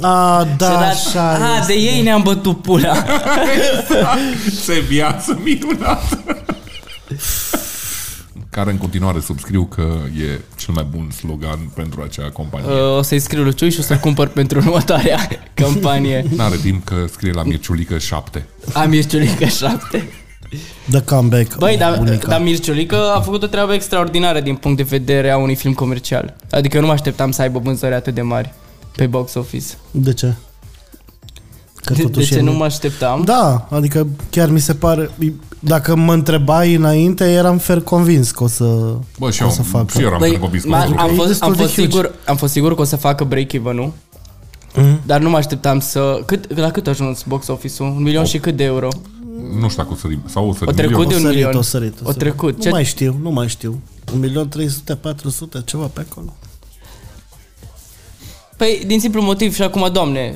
[SPEAKER 1] A,
[SPEAKER 3] Ce
[SPEAKER 1] da,
[SPEAKER 3] dat-
[SPEAKER 1] așa
[SPEAKER 3] ah, de ei ne-am bătut pula.
[SPEAKER 2] Ce viață minunată! care în continuare subscriu că e cel mai bun slogan pentru acea companie. Uh.
[SPEAKER 3] Uh, o să-i scriu lui Ciui și o să-l cumpăr pentru următoarea campanie.
[SPEAKER 2] N-are timp că scrie la Mirciulică 7.
[SPEAKER 3] Am Mirciulică 7.
[SPEAKER 1] The comeback.
[SPEAKER 3] da. Băi,
[SPEAKER 1] Oh,
[SPEAKER 3] dar
[SPEAKER 1] bunica.
[SPEAKER 3] da, Mirciulică a făcut o treabă extraordinară din punct de vedere a unui film comercial. Adică eu nu mă așteptam să aibă vânzări atât de mari pe box office.
[SPEAKER 1] De ce? Că
[SPEAKER 3] De, de
[SPEAKER 1] totuși
[SPEAKER 3] ce
[SPEAKER 1] e-
[SPEAKER 3] nu mă așteptam?
[SPEAKER 1] Da, adică chiar mi se pare... Dacă mă întrebai înainte, eram fer convins că o să,
[SPEAKER 2] Bă, și
[SPEAKER 1] că o
[SPEAKER 2] eu,
[SPEAKER 1] să facă.
[SPEAKER 2] și eu eram
[SPEAKER 3] Băi,
[SPEAKER 2] Băi,
[SPEAKER 3] m- Păi, am,
[SPEAKER 1] E
[SPEAKER 3] fost,
[SPEAKER 1] destul
[SPEAKER 3] am,
[SPEAKER 1] de
[SPEAKER 3] fost
[SPEAKER 1] huge.
[SPEAKER 3] sigur, am fost sigur că o să facă break-even, nu?
[SPEAKER 1] Mhm.
[SPEAKER 3] Dar nu mă așteptam să... Cât, la cât a ajuns box office-ul? Un milion și cât de euro?
[SPEAKER 2] Nu știu dacă o să rim, sau o să
[SPEAKER 3] O trecut de
[SPEAKER 1] O
[SPEAKER 3] un
[SPEAKER 1] sărit,
[SPEAKER 3] milion.
[SPEAKER 1] o sărit, o
[SPEAKER 3] O
[SPEAKER 1] sărit.
[SPEAKER 3] trecut.
[SPEAKER 1] Nu
[SPEAKER 3] Ce-
[SPEAKER 1] mai știu, nu mai știu. 1.300.000-400.000, ceva pe acolo.
[SPEAKER 3] Păi, din simplu motiv și acum, doamne,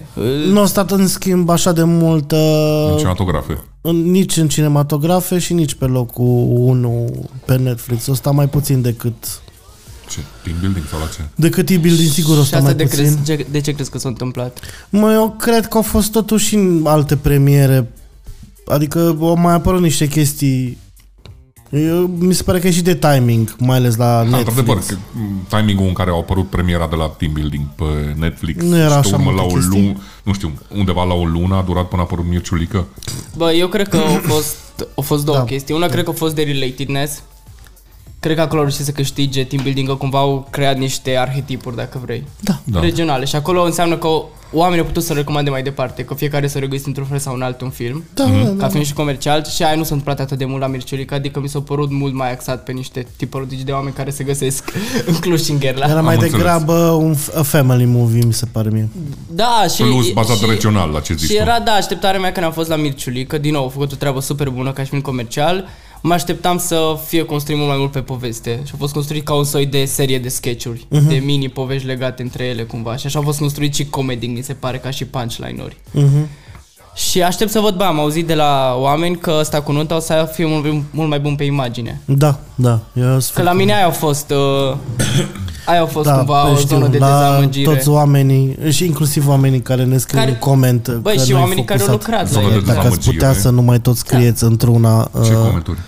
[SPEAKER 1] Nu a stat în schimb așa de mult uh,
[SPEAKER 2] cinematografe.
[SPEAKER 1] în, nici în cinematografe și nici pe locul 1 pe Netflix. O sta mai puțin decât
[SPEAKER 2] Ce? Team building sau la ce? Da,
[SPEAKER 1] decât e-building, sigur o
[SPEAKER 3] și
[SPEAKER 1] sta
[SPEAKER 3] asta
[SPEAKER 1] mai
[SPEAKER 3] de,
[SPEAKER 1] puțin.
[SPEAKER 3] crezi, ce- de ce crezi că s-a întâmplat?
[SPEAKER 1] Mă, eu cred că au fost totuși în alte premiere. Adică au mai apărut niște chestii. Eu, mi se pare că e și de timing, mai ales la
[SPEAKER 2] Da,
[SPEAKER 1] Netflix.
[SPEAKER 2] într-adevăr, că, m, timingul în care au apărut premiera de la Team Building pe Netflix
[SPEAKER 1] Nu era
[SPEAKER 2] și pe
[SPEAKER 1] așa
[SPEAKER 2] urmă la
[SPEAKER 1] multă
[SPEAKER 2] o
[SPEAKER 1] chestie.
[SPEAKER 2] lună, nu știu, undeva la o lună a durat până a apărut Mirciulică.
[SPEAKER 3] Bă, eu cred că au fost, au fost două
[SPEAKER 1] Da.
[SPEAKER 3] da. chestii. Una cred că a fost de relatedness. Cred că acolo au reușit să câștige team building că cumva au creat niște arhetipuri, dacă vrei.
[SPEAKER 1] Da.
[SPEAKER 2] Da.
[SPEAKER 3] Regionale. Și acolo înseamnă că oamenii au putut să recomande mai departe, că fiecare s-a regăsit într-un fel sau în altul un film.
[SPEAKER 1] Da,
[SPEAKER 2] Mm-hmm.
[SPEAKER 1] da,
[SPEAKER 2] Mhm.
[SPEAKER 1] da.
[SPEAKER 3] Ca fiind și comercial și aia nu s-a întâmplat atât de mult la Mirciulica, adică mi s-a părut mult mai axat pe niște tipologi de oameni care se găsesc în Cluj și în Gherla.
[SPEAKER 1] Era mai
[SPEAKER 2] Am înțeles.
[SPEAKER 1] degrabă un f- a family movie, mi se pare mie.
[SPEAKER 3] Da, și...
[SPEAKER 2] Plus bazat
[SPEAKER 3] și-
[SPEAKER 2] regional, la ce zici
[SPEAKER 3] Și
[SPEAKER 2] tu.
[SPEAKER 3] era, da, așteptarea mea când am fost la Mirciulică, din nou, a făcut o treabă super bună ca și film comercial. Mă așteptam să fie construit mult mai mult pe poveste și a fost construit ca un soi de serie de sketch-uri, uh-huh. de mini povești legate între ele cumva și așa au fost construit și comedy, mi se pare, ca și punchline-uri.
[SPEAKER 1] Mhm.
[SPEAKER 3] Și aștept să văd, bă, am auzit de la oameni că ăsta cu nunta o să fie mult, mult mai bun pe imagine.
[SPEAKER 1] Da, da. Eu
[SPEAKER 3] Că la mine aia a fost, uh, aia a fost da, cumva o zonă de
[SPEAKER 1] păi la
[SPEAKER 3] dezamăgire.
[SPEAKER 1] toți oamenii și inclusiv oamenii care ne scriu
[SPEAKER 3] Care-
[SPEAKER 1] în coment
[SPEAKER 3] Băi,
[SPEAKER 1] că
[SPEAKER 3] și
[SPEAKER 1] nu-i
[SPEAKER 3] oamenii care au
[SPEAKER 1] focusat.
[SPEAKER 3] lucrat la
[SPEAKER 2] Zonă
[SPEAKER 3] el. Da.
[SPEAKER 2] de
[SPEAKER 1] Dacă ați
[SPEAKER 2] Dezamăgire.
[SPEAKER 1] putea să nu mai tot scrieți într-una
[SPEAKER 2] Ce
[SPEAKER 1] uh,
[SPEAKER 2] comenturi?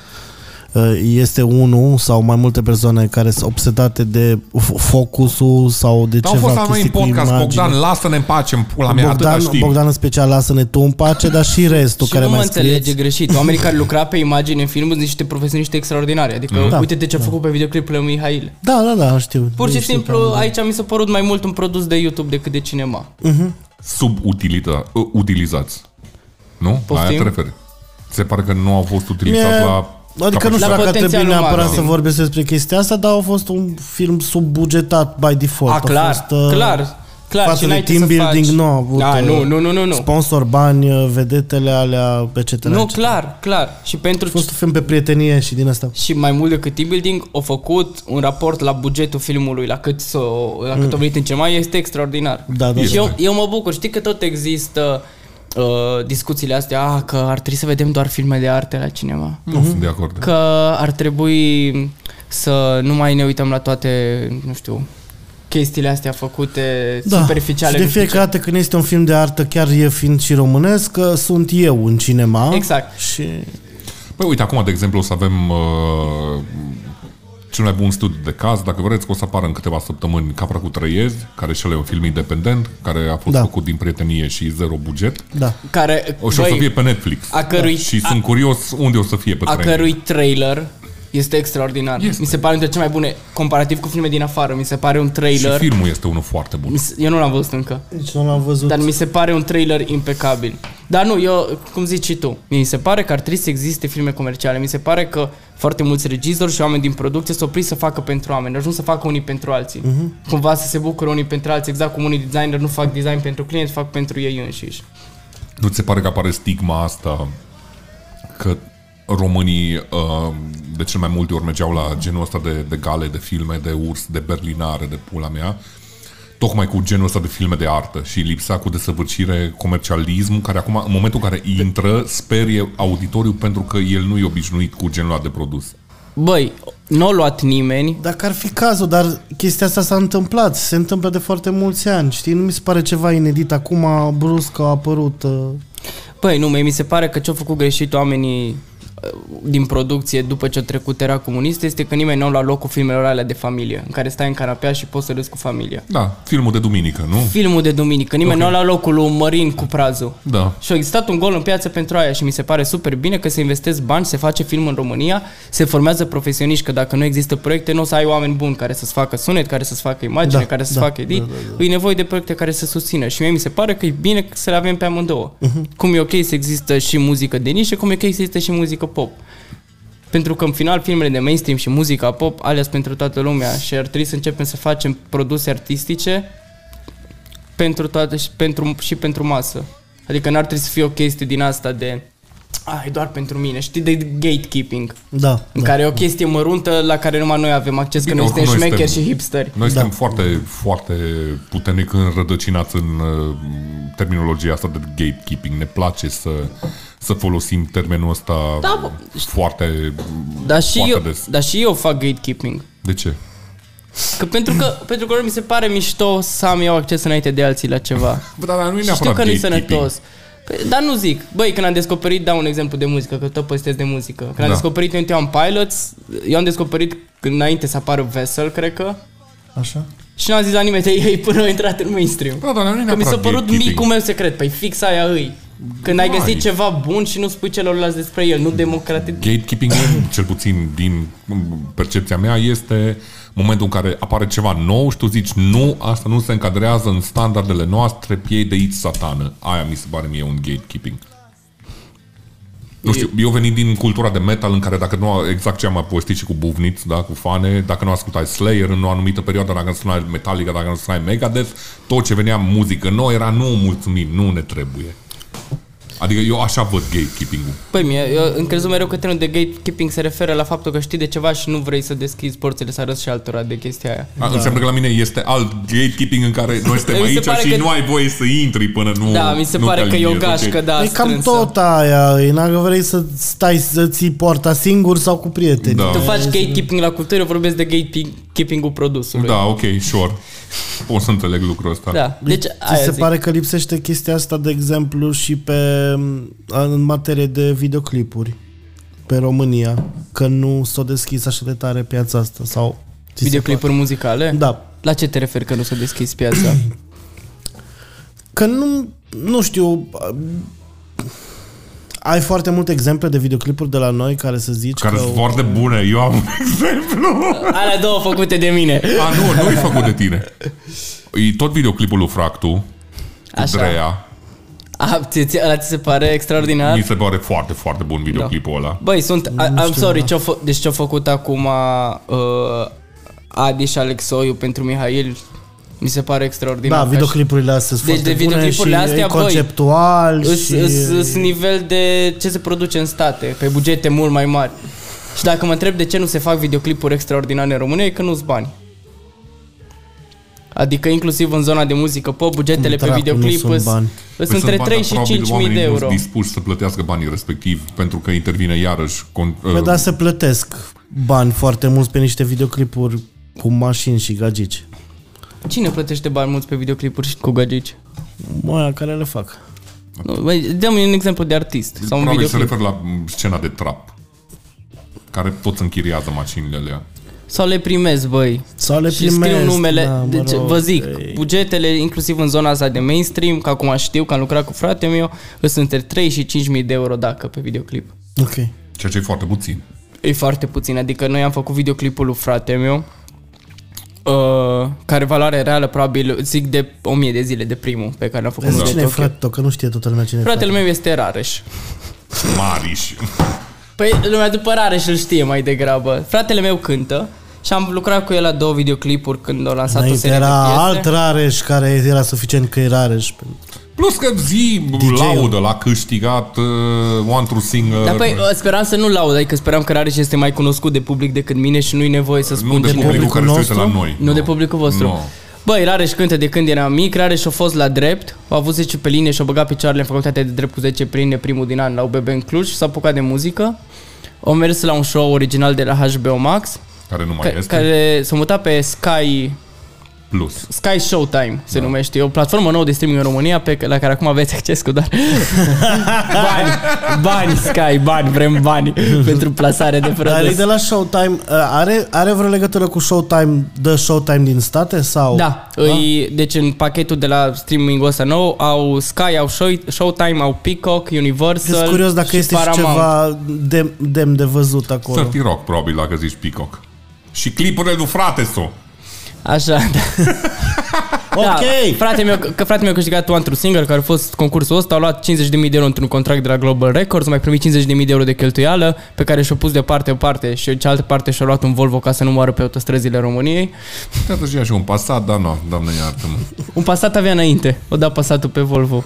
[SPEAKER 1] uh, este unul sau mai multe persoane care sunt obsedate de f- focusul sau de
[SPEAKER 2] Dar au
[SPEAKER 1] ceva
[SPEAKER 2] fost la noi în
[SPEAKER 1] chestii cu
[SPEAKER 2] podcast,
[SPEAKER 1] imagine.
[SPEAKER 2] Bogdan, lasă-ne în pace, în pula mea,
[SPEAKER 1] Bogdan,
[SPEAKER 2] atâta știm.
[SPEAKER 1] Bogdan în special lasă-ne tu în pace, dar și restul
[SPEAKER 3] Și
[SPEAKER 1] care
[SPEAKER 3] nu mă
[SPEAKER 1] mai
[SPEAKER 3] înțelege
[SPEAKER 1] scrieți.
[SPEAKER 3] greșit. Oamenii care lucra pe imagine în film sunt niște profesioniști extraordinari. Adică,
[SPEAKER 1] Da,
[SPEAKER 3] uite-te ce a făcut pe videoclipul lui Mihail.
[SPEAKER 1] Da, da, da, știu.
[SPEAKER 3] Pur și
[SPEAKER 1] știu
[SPEAKER 3] simplu,
[SPEAKER 1] că-
[SPEAKER 3] aici mi s-a părut mai mult un produs de YouTube decât de cinema.
[SPEAKER 2] Subutiliza, uh, utilizați. Nu? La aia
[SPEAKER 3] Poftim?
[SPEAKER 2] te referi. Se pare că nu au fost
[SPEAKER 1] Mie-
[SPEAKER 2] utilizat la...
[SPEAKER 1] Adică nu știu
[SPEAKER 2] capacitatea-
[SPEAKER 1] dacă
[SPEAKER 3] potențialul
[SPEAKER 1] trebuie neapărat
[SPEAKER 3] maxim.
[SPEAKER 1] să vorbesc despre chestia asta, dar a fost un film subbugetat by default.
[SPEAKER 3] A, Ah, clar,
[SPEAKER 1] fost, uh,
[SPEAKER 3] clar, clar.
[SPEAKER 1] față
[SPEAKER 3] și
[SPEAKER 1] de
[SPEAKER 3] înainte
[SPEAKER 1] team
[SPEAKER 3] să
[SPEAKER 1] building
[SPEAKER 3] faci...
[SPEAKER 1] nu a avut,
[SPEAKER 3] Da,
[SPEAKER 1] uh,
[SPEAKER 3] nu, nu, nu, nu, nu.
[SPEAKER 1] Sponsor, bani, uh, vedetele alea, etc.
[SPEAKER 3] Nu,
[SPEAKER 1] etc.
[SPEAKER 3] clar, clar. Și pentru
[SPEAKER 1] A fost un film pe prietenie și din asta.
[SPEAKER 3] și mai mult decât T-Building, au făcut un raport la bugetul filmului, la cât, s-o, la cât mm. venit în cinema, este extraordinar.
[SPEAKER 1] Da, da,
[SPEAKER 3] și
[SPEAKER 1] da.
[SPEAKER 3] Eu, eu mă bucur, știi că tot există uh, discuțiile astea, ah, că ar trebui să vedem doar filme de arte la cinema.
[SPEAKER 2] Nu
[SPEAKER 1] Mhm.
[SPEAKER 2] sunt de acord.
[SPEAKER 3] Că ar trebui să nu mai ne uităm la toate, nu știu, chestiile astea făcute da. superficiale.
[SPEAKER 1] Și de
[SPEAKER 3] nu știu
[SPEAKER 1] fiecare dată când este un film de artă, chiar e fiind și românesc, că sunt eu în cinema.
[SPEAKER 3] Exact.
[SPEAKER 1] Și
[SPEAKER 2] Păi uite, acum, de exemplu, o să avem uh, cel mai bun studiu de caz, dacă vreți, că o să apară în câteva săptămâni Capra cu Trăiezi, care și ăla e un film independent, care a fost
[SPEAKER 1] Da.
[SPEAKER 2] făcut din prietenie și zero buget.
[SPEAKER 1] da.
[SPEAKER 3] ce. Care,
[SPEAKER 2] O și o să fie pe Netflix.
[SPEAKER 3] a cărui-
[SPEAKER 2] Și sunt curios unde o să fie pe
[SPEAKER 3] a
[SPEAKER 2] trailer.
[SPEAKER 3] cărui trailer Este extraordinar.
[SPEAKER 2] Este.
[SPEAKER 3] Mi se pare dintre cele mai bune, comparativ cu filme din afară. Mi se pare un
[SPEAKER 2] Și
[SPEAKER 3] trailer.
[SPEAKER 2] filmul este unul foarte bun.
[SPEAKER 3] Mi se- Eu nu l-am văzut încă.
[SPEAKER 1] Nici Deci nu l-am văzut.
[SPEAKER 3] Dar mi se pare un trailer impecabil. Dar nu, eu, cum zici și tu, mi se pare că ar trebui să existe filme comerciale. Mi se pare că foarte mulți regizori și oameni din producție s-au oprit să facă pentru oameni. Ajung să facă unii pentru alții.
[SPEAKER 2] Mhm.
[SPEAKER 3] Uh-huh. Cumva să se bucură unii pentru alții, exact cum unii designer nu fac design pentru clienți, fac pentru ei înșiși.
[SPEAKER 2] Nu ți se pare că apare stigma asta că românii uh, de cel mai multe ori mergeau la genul ăsta de, de gale, de filme, de urs, de berlinare, de pula mea, tocmai cu genul ăsta de filme de artă și lipsa cu desăvârșire comercialism, care acum, în momentul în care intră, sperie auditoriu pentru că el nu e obișnuit cu genul ăla de produs.
[SPEAKER 3] Băi, nu a luat nimeni.
[SPEAKER 1] Dacă ar fi cazul, dar chestia asta s-a întâmplat, se întâmplă de foarte mulți ani, știi? Nu mi se pare ceva inedit acum, brusc a apărut. uh,
[SPEAKER 3] Băi, Păi, nu, mie mi se pare că ce-au făcut greșit oamenii uh, din producție după ce a trecut era comunistă este că nimeni nu a luat locul filmelor alea de familie, în care stai în canapea și poți să râzi cu familia.
[SPEAKER 2] Da, filmul de duminică, nu?
[SPEAKER 3] filmul de duminică. Nimeni okay. nu a luat locul lui Mărin cu prazul.
[SPEAKER 2] Da.
[SPEAKER 3] Și a existat un gol în piață pentru aia și mi se pare super bine că se investesc bani, se face film în România, se formează profesioniști, că dacă nu există proiecte, nu o să ai oameni buni care să-ți facă sunet, care să-ți facă imagine,
[SPEAKER 1] Da,
[SPEAKER 3] care să-ți
[SPEAKER 1] da,
[SPEAKER 3] facă edit. Da, da, da. E nevoie de proiecte care să susțină și mie mi se pare că e bine să le avem pe amândouă.
[SPEAKER 1] Mhm.
[SPEAKER 3] Uh-huh. Cum e ok să există și muzică de nișă, cum e ok să există și muzică pop. Pentru că în final filmele de mainstream și muzica pop alea sunt pentru toată lumea și ar trebui să începem să facem produse artistice pentru toate și pentru, și pentru masă. Adică n-ar trebui să fie o chestie din asta de ah, e doar pentru mine, știi, de gatekeeping.
[SPEAKER 1] Da,
[SPEAKER 3] În
[SPEAKER 1] da.
[SPEAKER 3] care e o chestie măruntă la care numai noi avem acces, că
[SPEAKER 2] Bine,
[SPEAKER 3] noi
[SPEAKER 2] oricum
[SPEAKER 3] suntem
[SPEAKER 2] noi
[SPEAKER 3] șmecheri
[SPEAKER 2] suntem-
[SPEAKER 3] și hipsteri.
[SPEAKER 2] Noi suntem foarte, foarte puternic înrădăcinați în uh, terminologia asta de gatekeeping. Ne place să, să folosim termenul ăsta
[SPEAKER 3] Da, bă.
[SPEAKER 2] foarte,
[SPEAKER 3] Dar și,
[SPEAKER 2] foarte
[SPEAKER 3] eu,
[SPEAKER 2] des.
[SPEAKER 3] dar și eu fac gatekeeping.
[SPEAKER 2] De ce?
[SPEAKER 3] Că pentru că, pentru că lor mi se pare mișto să am eu acces înainte de alții la ceva.
[SPEAKER 2] Bă, dar nu e
[SPEAKER 3] Și Știu
[SPEAKER 2] neapărat
[SPEAKER 3] că nu e
[SPEAKER 2] gatekeeping.
[SPEAKER 3] sănătos. Păi, Dar nu zic. Băi, când am descoperit, dau un exemplu de muzică, că tot postez de muzică. Când da. am
[SPEAKER 2] Da.
[SPEAKER 3] descoperit eu Team Pilots, eu am descoperit când înainte să apară Vessel, cred că,
[SPEAKER 1] Așa?
[SPEAKER 3] și n-am zis la nimeni de ei până au intrat în mainstream.
[SPEAKER 2] Bă, dar nu e
[SPEAKER 3] Că mi
[SPEAKER 2] neapărat
[SPEAKER 3] s-a părut
[SPEAKER 2] gatekeeping.
[SPEAKER 3] micul meu secret. Păi fix aia îi. Când ai
[SPEAKER 2] Nice.
[SPEAKER 3] găsit ceva bun și nu spui celorlalți despre el, nu democratic.
[SPEAKER 2] Gatekeeping, cel puțin din percepția mea, este momentul în care apare ceva nou și tu zici nu, asta nu se încadrează în standardele noastre, piei de aici satană. Aia mi se pare mie un gatekeeping. Nu știu, eu venit din cultura de metal în care dacă nu, exact ce am mai povestit și cu Buvniț, da, cu fane, dacă nu ascultai Slayer în o anumită perioadă, dacă nu sunai Metallica, dacă nu sunai Megadeth, tot ce venea muzică nouă era nu mulțumim, nu ne trebuie. Adică eu așa văd gatekeeping-ul.
[SPEAKER 3] Păi mie, eu îmi crezut mereu că termenul de gatekeeping se referă la faptul că știi de ceva și nu vrei să deschizi porțile să arăți și altora de chestia aia.
[SPEAKER 2] Da. Înseamnă că la mine este alt gatekeeping în care noi suntem
[SPEAKER 3] Mi se
[SPEAKER 2] aici
[SPEAKER 3] pare
[SPEAKER 2] și
[SPEAKER 3] că-
[SPEAKER 2] nu ai voie să intri până nu
[SPEAKER 3] Da, mi se
[SPEAKER 2] nu
[SPEAKER 3] pare
[SPEAKER 2] te
[SPEAKER 3] că e o
[SPEAKER 2] aliniezi,
[SPEAKER 3] gașcă,
[SPEAKER 2] ok?
[SPEAKER 3] da,
[SPEAKER 1] e Păi, cam
[SPEAKER 3] strânsă.
[SPEAKER 1] tot aia, e dacă vrei să stai să ții poarta singur sau cu prieteni.
[SPEAKER 2] Da.
[SPEAKER 3] Tu faci gatekeeping la cultură, vorbesc de gatekeeping-ul produsului.
[SPEAKER 2] Da, ok, sure. Pot să înțeleg lucrul ăsta.
[SPEAKER 3] da. Deci
[SPEAKER 1] Ți
[SPEAKER 3] aia
[SPEAKER 1] se
[SPEAKER 3] zic.
[SPEAKER 1] pare că lipsește chestia asta, de exemplu, și pe în materie de videoclipuri pe România, că nu s-a deschis așa de tare piața asta sau ți se
[SPEAKER 3] videoclipuri muzicale?
[SPEAKER 1] pare? Da,
[SPEAKER 3] La ce te referi că nu s-a deschis piața?
[SPEAKER 1] că nu nu știu ai foarte multe exemple de videoclipuri de la noi care să zici
[SPEAKER 2] Care
[SPEAKER 1] că
[SPEAKER 2] sunt foarte bune. Eu am un exemplu.
[SPEAKER 3] Alea două făcute de mine.
[SPEAKER 2] A, nu, nu e făcut de tine. E tot videoclipul lui Fractu, cu
[SPEAKER 3] Așa.
[SPEAKER 2] Drea.
[SPEAKER 3] A, ți, ți, ăla ți se pare extraordinar?
[SPEAKER 2] Mi se pare foarte, foarte bun videoclipul ăla.
[SPEAKER 3] Băi, sunt, I, I'm sorry,
[SPEAKER 1] da.
[SPEAKER 3] ce-a fă, deci ce-a făcut acum uh, Adi și Alexoiu pentru Mihail, mi se pare extraordinar.
[SPEAKER 1] da,
[SPEAKER 3] ca și-
[SPEAKER 1] videoclipurile astea sunt
[SPEAKER 3] Deci
[SPEAKER 1] foarte
[SPEAKER 3] de
[SPEAKER 1] bune și
[SPEAKER 3] videoclipurile astea,
[SPEAKER 1] e
[SPEAKER 3] băi,
[SPEAKER 1] conceptual
[SPEAKER 3] Îs,
[SPEAKER 1] și
[SPEAKER 3] îs, îs nivel de ce se produce în state, pe bugete mult mai mari. Și dacă mă întreb de ce nu se fac videoclipuri extraordinare în România, e că nu-s bani. Adică inclusiv în zona de muzică pop,
[SPEAKER 1] Cum
[SPEAKER 3] bugetele pe
[SPEAKER 1] dracu nu
[SPEAKER 3] videoclip
[SPEAKER 1] sunt
[SPEAKER 3] îs-
[SPEAKER 1] bani?
[SPEAKER 3] îs
[SPEAKER 2] Păi
[SPEAKER 3] între
[SPEAKER 2] sunt
[SPEAKER 3] 3
[SPEAKER 2] bani,
[SPEAKER 3] și
[SPEAKER 2] dar probabil
[SPEAKER 3] 5.000
[SPEAKER 2] oamenii
[SPEAKER 3] de
[SPEAKER 2] nu
[SPEAKER 3] euro.
[SPEAKER 2] sunt dispuși să plătească banii respectiv pentru că intervine iarăși con- uh,
[SPEAKER 1] Păi da, se plătesc bani foarte mulți pe niște videoclipuri cu mașini și gagici.
[SPEAKER 3] Cine plătește bani mulți pe videoclipuri și cu gagici?
[SPEAKER 1] Moia care le fac.
[SPEAKER 3] Nu, băi, Dă-mi un exemplu de artist sau un
[SPEAKER 2] Probabil se
[SPEAKER 3] videoclip.
[SPEAKER 2] referă la m, scena de trap care toți închiriază mașinile alea.
[SPEAKER 3] Sau le primez, băi.
[SPEAKER 1] Sau le
[SPEAKER 3] Și
[SPEAKER 1] primesc.
[SPEAKER 3] scriu numele,
[SPEAKER 1] da, mă
[SPEAKER 3] deci
[SPEAKER 1] rog,
[SPEAKER 3] vă zic,
[SPEAKER 1] ei.
[SPEAKER 3] bugetele inclusiv în zona asta de mainstream, că acum știu că am lucrat cu fratele meu, sunt între 3 și 5.000 de euro dacă pe videoclip.
[SPEAKER 1] Ok.
[SPEAKER 2] Ceea ce e foarte puțin.
[SPEAKER 3] e foarte puțin. Adică noi am făcut videoclipul lui frate meu, uh, care valoare reală probabil, zic, de 1000 de zile de primul pe care l-am făcut.
[SPEAKER 2] Da.
[SPEAKER 4] Dar
[SPEAKER 3] de
[SPEAKER 4] cine e
[SPEAKER 3] Tokyo.
[SPEAKER 4] frate tău? Că nu știe toată lumea cine e
[SPEAKER 3] Fratele meu este Rareș.
[SPEAKER 2] Mariș.
[SPEAKER 3] Păi lumea după rare și-l știe mai degrabă. Fratele meu cântă și am lucrat cu el la două videoclipuri când au lansat o
[SPEAKER 4] Înainte
[SPEAKER 3] serie
[SPEAKER 4] era
[SPEAKER 3] de piese.
[SPEAKER 4] alt Rareș care era suficient că e Rareș.
[SPEAKER 2] Plus că zi
[SPEAKER 4] DJ-ul.
[SPEAKER 2] laudă l-a câștigat uh, One True Singer.
[SPEAKER 3] Dar păi speram să nu-l laud, adică speram că Rareș este mai cunoscut de public decât mine și nu-i nevoie să spun
[SPEAKER 2] nu de
[SPEAKER 3] cine-
[SPEAKER 2] publicul care se uită la
[SPEAKER 4] nostru?
[SPEAKER 2] noi.
[SPEAKER 3] Nu de publicul vostru.
[SPEAKER 2] No.
[SPEAKER 3] Băi, Rareș cântă de când era mic, Rareș a fost la drept, a avut 10 pe linie și a băgat picioarele în facultatea de drept cu 10 pe linie primul din an la UBB în Cluj și s-a apucat de muzică. A mers la un show original de la HBO Max,
[SPEAKER 2] Care nu mai
[SPEAKER 3] ca-
[SPEAKER 2] este.
[SPEAKER 3] care s-a mutat pe Sky
[SPEAKER 2] Plus.
[SPEAKER 3] Sky Showtime se da. numește. E o platformă nouă de streaming în România pe, la care acum aveți acces cu doar bani, bani Sky, bani, vrem bani pentru plasare de
[SPEAKER 4] Dar e
[SPEAKER 3] produs.
[SPEAKER 4] de la Showtime. uh, Are, are vreo legătură cu Showtime, de Showtime din state? sau?
[SPEAKER 3] Da, îi, deci în pachetul de la streaming-ul ăsta nou au Sky, au Show, Showtime, au Peacock, Universal
[SPEAKER 4] Sunt curios dacă
[SPEAKER 3] și
[SPEAKER 4] este și
[SPEAKER 3] Paramount.
[SPEAKER 4] ceva de, demn de văzut acolo.
[SPEAKER 2] Thirty Rock, probabil, dacă zici Peacock. Și clipurile lui frate său.
[SPEAKER 3] Așa, da.
[SPEAKER 4] Ok!
[SPEAKER 3] Da, frate meu, că frate meu a câștigat One True Singer, care a fost concursul ăsta, a luat 50.000 de euro într-un contract de la Global Records, a mai primit 50.000 de euro de cheltuială, pe care și-o pus deoparte o parte și cealaltă parte și-a luat un Volvo ca să nu moară pe autostrăzile României.
[SPEAKER 2] Iată și așa un pasat, dar nu, doamne iartă-mă.
[SPEAKER 3] Un Passat avea înainte, o da Passatul pe Volvo.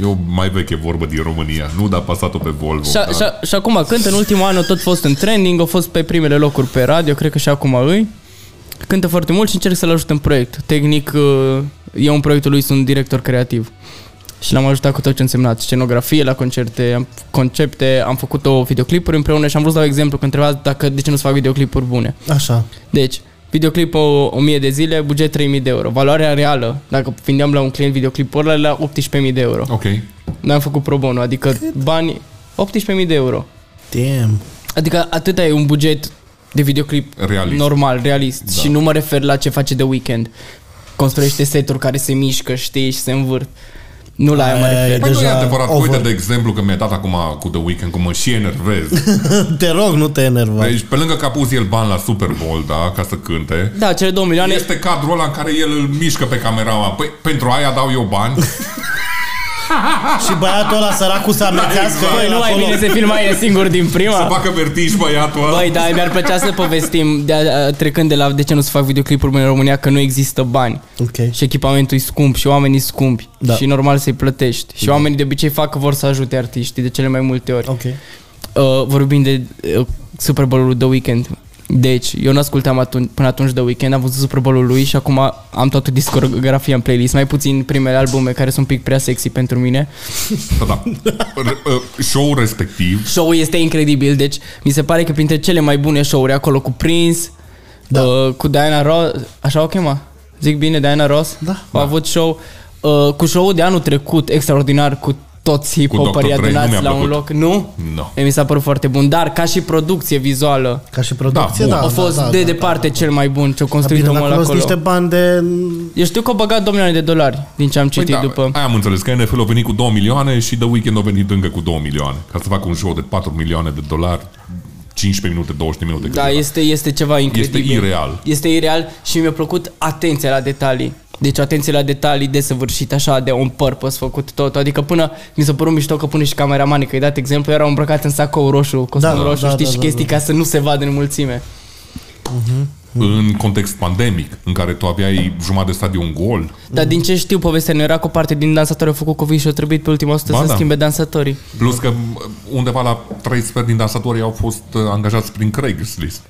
[SPEAKER 2] E o mai veche vorbă din România. Nu da pasat-o pe Volvo.
[SPEAKER 3] Și, a, și,
[SPEAKER 2] dar
[SPEAKER 3] a, și acum cântă, în ultimul an a tot fost în trending, a fost pe primele locuri pe radio, cred că și acum îi. Cântă foarte mult și încerc să-l ajut în proiect. Tehnic, uh, eu în proiectul lui sunt director creativ. Și l-am ajutat cu tot ce însemnat scenografie la concerte, am- concepte, am făcut două videoclipuri împreună și am vrut să dau exemplu că întrebați dacă de ce nu se fac videoclipuri bune.
[SPEAKER 4] Așa.
[SPEAKER 3] Deci, videoclipul 1000 de zile, buget 3000 de euro. Valoarea reală, dacă vindeam la un client videoclipul ăla, la 18.000 de euro.
[SPEAKER 2] Ok.
[SPEAKER 3] N-am făcut pro bono, adică bani 18.000 de euro.
[SPEAKER 4] Damn.
[SPEAKER 3] Adică atâta e un buget de videoclip
[SPEAKER 2] Realist.
[SPEAKER 3] normal, realist. Da. Și nu mă refer la ce face de weekend. Construiește seturi care se mișcă, știi, și se învârt. Nu la aia deci- mă
[SPEAKER 4] Aia e
[SPEAKER 3] refer.
[SPEAKER 2] Păi nu e
[SPEAKER 4] Deja
[SPEAKER 2] adevărat.
[SPEAKER 4] over.
[SPEAKER 2] Uite, de exemplu, că mi-ai dat acum cu The Weeknd, cum mă și enervez.
[SPEAKER 4] Te rog, nu te enerva.
[SPEAKER 3] Păi-
[SPEAKER 2] Deci, pe lângă că a pus el bani la Super Bowl, da, ca să cânte,
[SPEAKER 3] Da, cele 2 milioane. Este...
[SPEAKER 2] este cadrul ăla în care el îl mișcă pe cameraman. Păi, pentru aia dau eu bani.
[SPEAKER 4] Și băiatul ăla săracu să amețească
[SPEAKER 2] Băi,
[SPEAKER 4] el
[SPEAKER 3] Păi Nu mai
[SPEAKER 4] acolo.
[SPEAKER 3] bine se filma el singur din
[SPEAKER 2] Să
[SPEAKER 3] prima.
[SPEAKER 2] facă vertij băiatul ăla.
[SPEAKER 3] Băi, da. dar mi-ar plăcea să povestim, de, trecând de la de ce nu se fac videoclipuri bune în România, că nu există bani.
[SPEAKER 4] Ok.
[SPEAKER 3] Și echipamentul e scump și oamenii scumpi
[SPEAKER 4] Da.
[SPEAKER 3] da. și normal să-i plătești. Și oamenii de obicei fac că vor să ajute artiștii de cele mai multe ori.
[SPEAKER 4] Ok.
[SPEAKER 3] uh, vorbim de uh, Super Bowl-ul The Weeknd. Deci, eu nu ascultam atunci, până atunci The Weeknd, am văzut Super Bowl-ul lui și acum am toată discografia în playlist, mai puțin primele albume care sunt un pic prea sexy pentru mine.
[SPEAKER 2] Da, da. R- uh, Show-ul respectiv Păi
[SPEAKER 3] Show-ul este incredibil, deci mi se pare că printre cele mai bune show-uri acolo cu Prince, da. uh, cu Diana Ross, așa o chema? Zic bine, Diana Ross?
[SPEAKER 4] Da.
[SPEAKER 3] A avut show uh, cu show-ul de anul trecut, extraordinar, cu toți hip
[SPEAKER 2] Dr. Dre,
[SPEAKER 3] hoperii
[SPEAKER 2] nu mi-a
[SPEAKER 3] adunați la un
[SPEAKER 2] plăcut.
[SPEAKER 3] loc. Nu?
[SPEAKER 2] Nu.
[SPEAKER 3] E, Mi s-a părut foarte bun, dar ca și producție vizuală,
[SPEAKER 4] Ca și producție,
[SPEAKER 2] Da,
[SPEAKER 4] da.
[SPEAKER 2] bun.
[SPEAKER 3] A fost de
[SPEAKER 4] da,
[SPEAKER 3] departe cel mai bun ce-a
[SPEAKER 4] Da,
[SPEAKER 3] construit
[SPEAKER 4] bine,
[SPEAKER 3] omul
[SPEAKER 4] acolo
[SPEAKER 3] acolo.
[SPEAKER 4] sunt niște bani de...
[SPEAKER 3] Eu știu că a băgat 2 milioane de dolari din ce am citit
[SPEAKER 2] da,
[SPEAKER 3] după.
[SPEAKER 2] Aia am înțeles, că NFL a venit cu 2 milioane și The Weeknd a venit încă cu 2 milioane. Ca să facă un show de 4 milioane de dolari, 15 minute, 20 de minute.
[SPEAKER 3] Da,
[SPEAKER 2] cât e.
[SPEAKER 3] este, este ceva incredibil.
[SPEAKER 2] ireal.
[SPEAKER 3] Este ireal și mi-a plăcut atenția la detalii. Deci atenție la detalii desăvârșit, așa, de un purpose făcut tot. Adică până mi s-a părut mișto că pune și cameramanii, că ai dat exemplu, erau îmbrăcați în sacou roșu, costum
[SPEAKER 4] Da, da,
[SPEAKER 3] roșu,
[SPEAKER 4] da,
[SPEAKER 3] știi,
[SPEAKER 4] da,
[SPEAKER 3] și
[SPEAKER 4] da,
[SPEAKER 3] chestii ca să nu se vadă în mulțime.
[SPEAKER 2] În context pandemic, în care tu aveai jumătate de stadion gol,
[SPEAKER 4] Mm.
[SPEAKER 3] Dar din ce știu, povestea nu era cu o parte din dansatori au făcut COVID și au trebuit pe ultima 100
[SPEAKER 2] Ba,
[SPEAKER 3] să
[SPEAKER 2] da.
[SPEAKER 3] schimbe dansatorii.
[SPEAKER 2] plus că m, undeva la 3 sfert din dansatorii au fost uh, angajați prin Craigslist.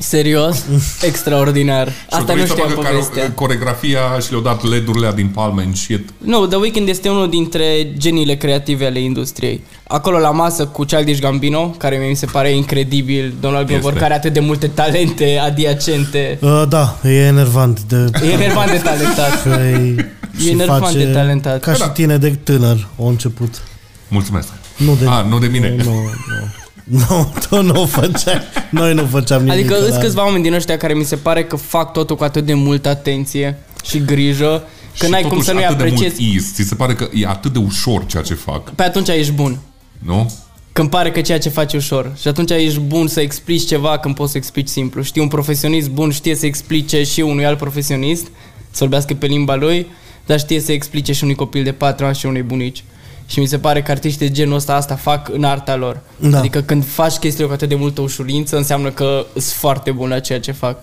[SPEAKER 3] Serios? Extraordinar. Asta nu știam povestea.
[SPEAKER 2] care, coregrafia și le-au dat LED-urile din palme în shit.
[SPEAKER 3] Nu, The Weeknd este unul dintre geniile creative ale industriei. Acolo la masă cu Childish Gambino, care mi se pare incredibil, Donald Glover,
[SPEAKER 2] Este.
[SPEAKER 3] care are atât de multe talente adiacente.
[SPEAKER 4] Uh, Da, e enervant de...
[SPEAKER 3] E enervant de talentat.
[SPEAKER 4] că e- și
[SPEAKER 3] enervant
[SPEAKER 4] face
[SPEAKER 3] de talentat.
[SPEAKER 4] Ca și tine de tânăr au început.
[SPEAKER 2] Mulțumesc.
[SPEAKER 4] Nu de...
[SPEAKER 2] A, Ah, nu de mine.
[SPEAKER 4] Nu, nu. Nu, tu nu făceai. Noi nu făceam nimic.
[SPEAKER 3] Adică
[SPEAKER 4] dar-
[SPEAKER 3] sunt câțiva oameni din ăștia care mi se pare că fac totul cu atât de multă atenție și grijă, că
[SPEAKER 2] Și
[SPEAKER 3] n-ai cum
[SPEAKER 2] totuși
[SPEAKER 3] să nu-i
[SPEAKER 2] atât de mult
[SPEAKER 3] apreciezi.
[SPEAKER 2] ease. Ți se pare că e atât de ușor ceea ce fac,
[SPEAKER 3] Pe atunci ești bun.
[SPEAKER 2] nu?
[SPEAKER 3] Când pare că ceea ce faci e ușor. Și atunci ești bun să explici ceva când poți să explici simplu. Știi, un profesionist bun știe să explice și unui alt profesionist, să vorbească pe limba lui, dar știe să explice și unui copil de 4 ani și unui bunici. Și mi se pare că artiștii de genul ăsta asta fac în arta lor.
[SPEAKER 1] Da.
[SPEAKER 3] Adică când faci chestiile cu atât de multă ușurință, înseamnă că sunt foarte bun la ceea ce fac.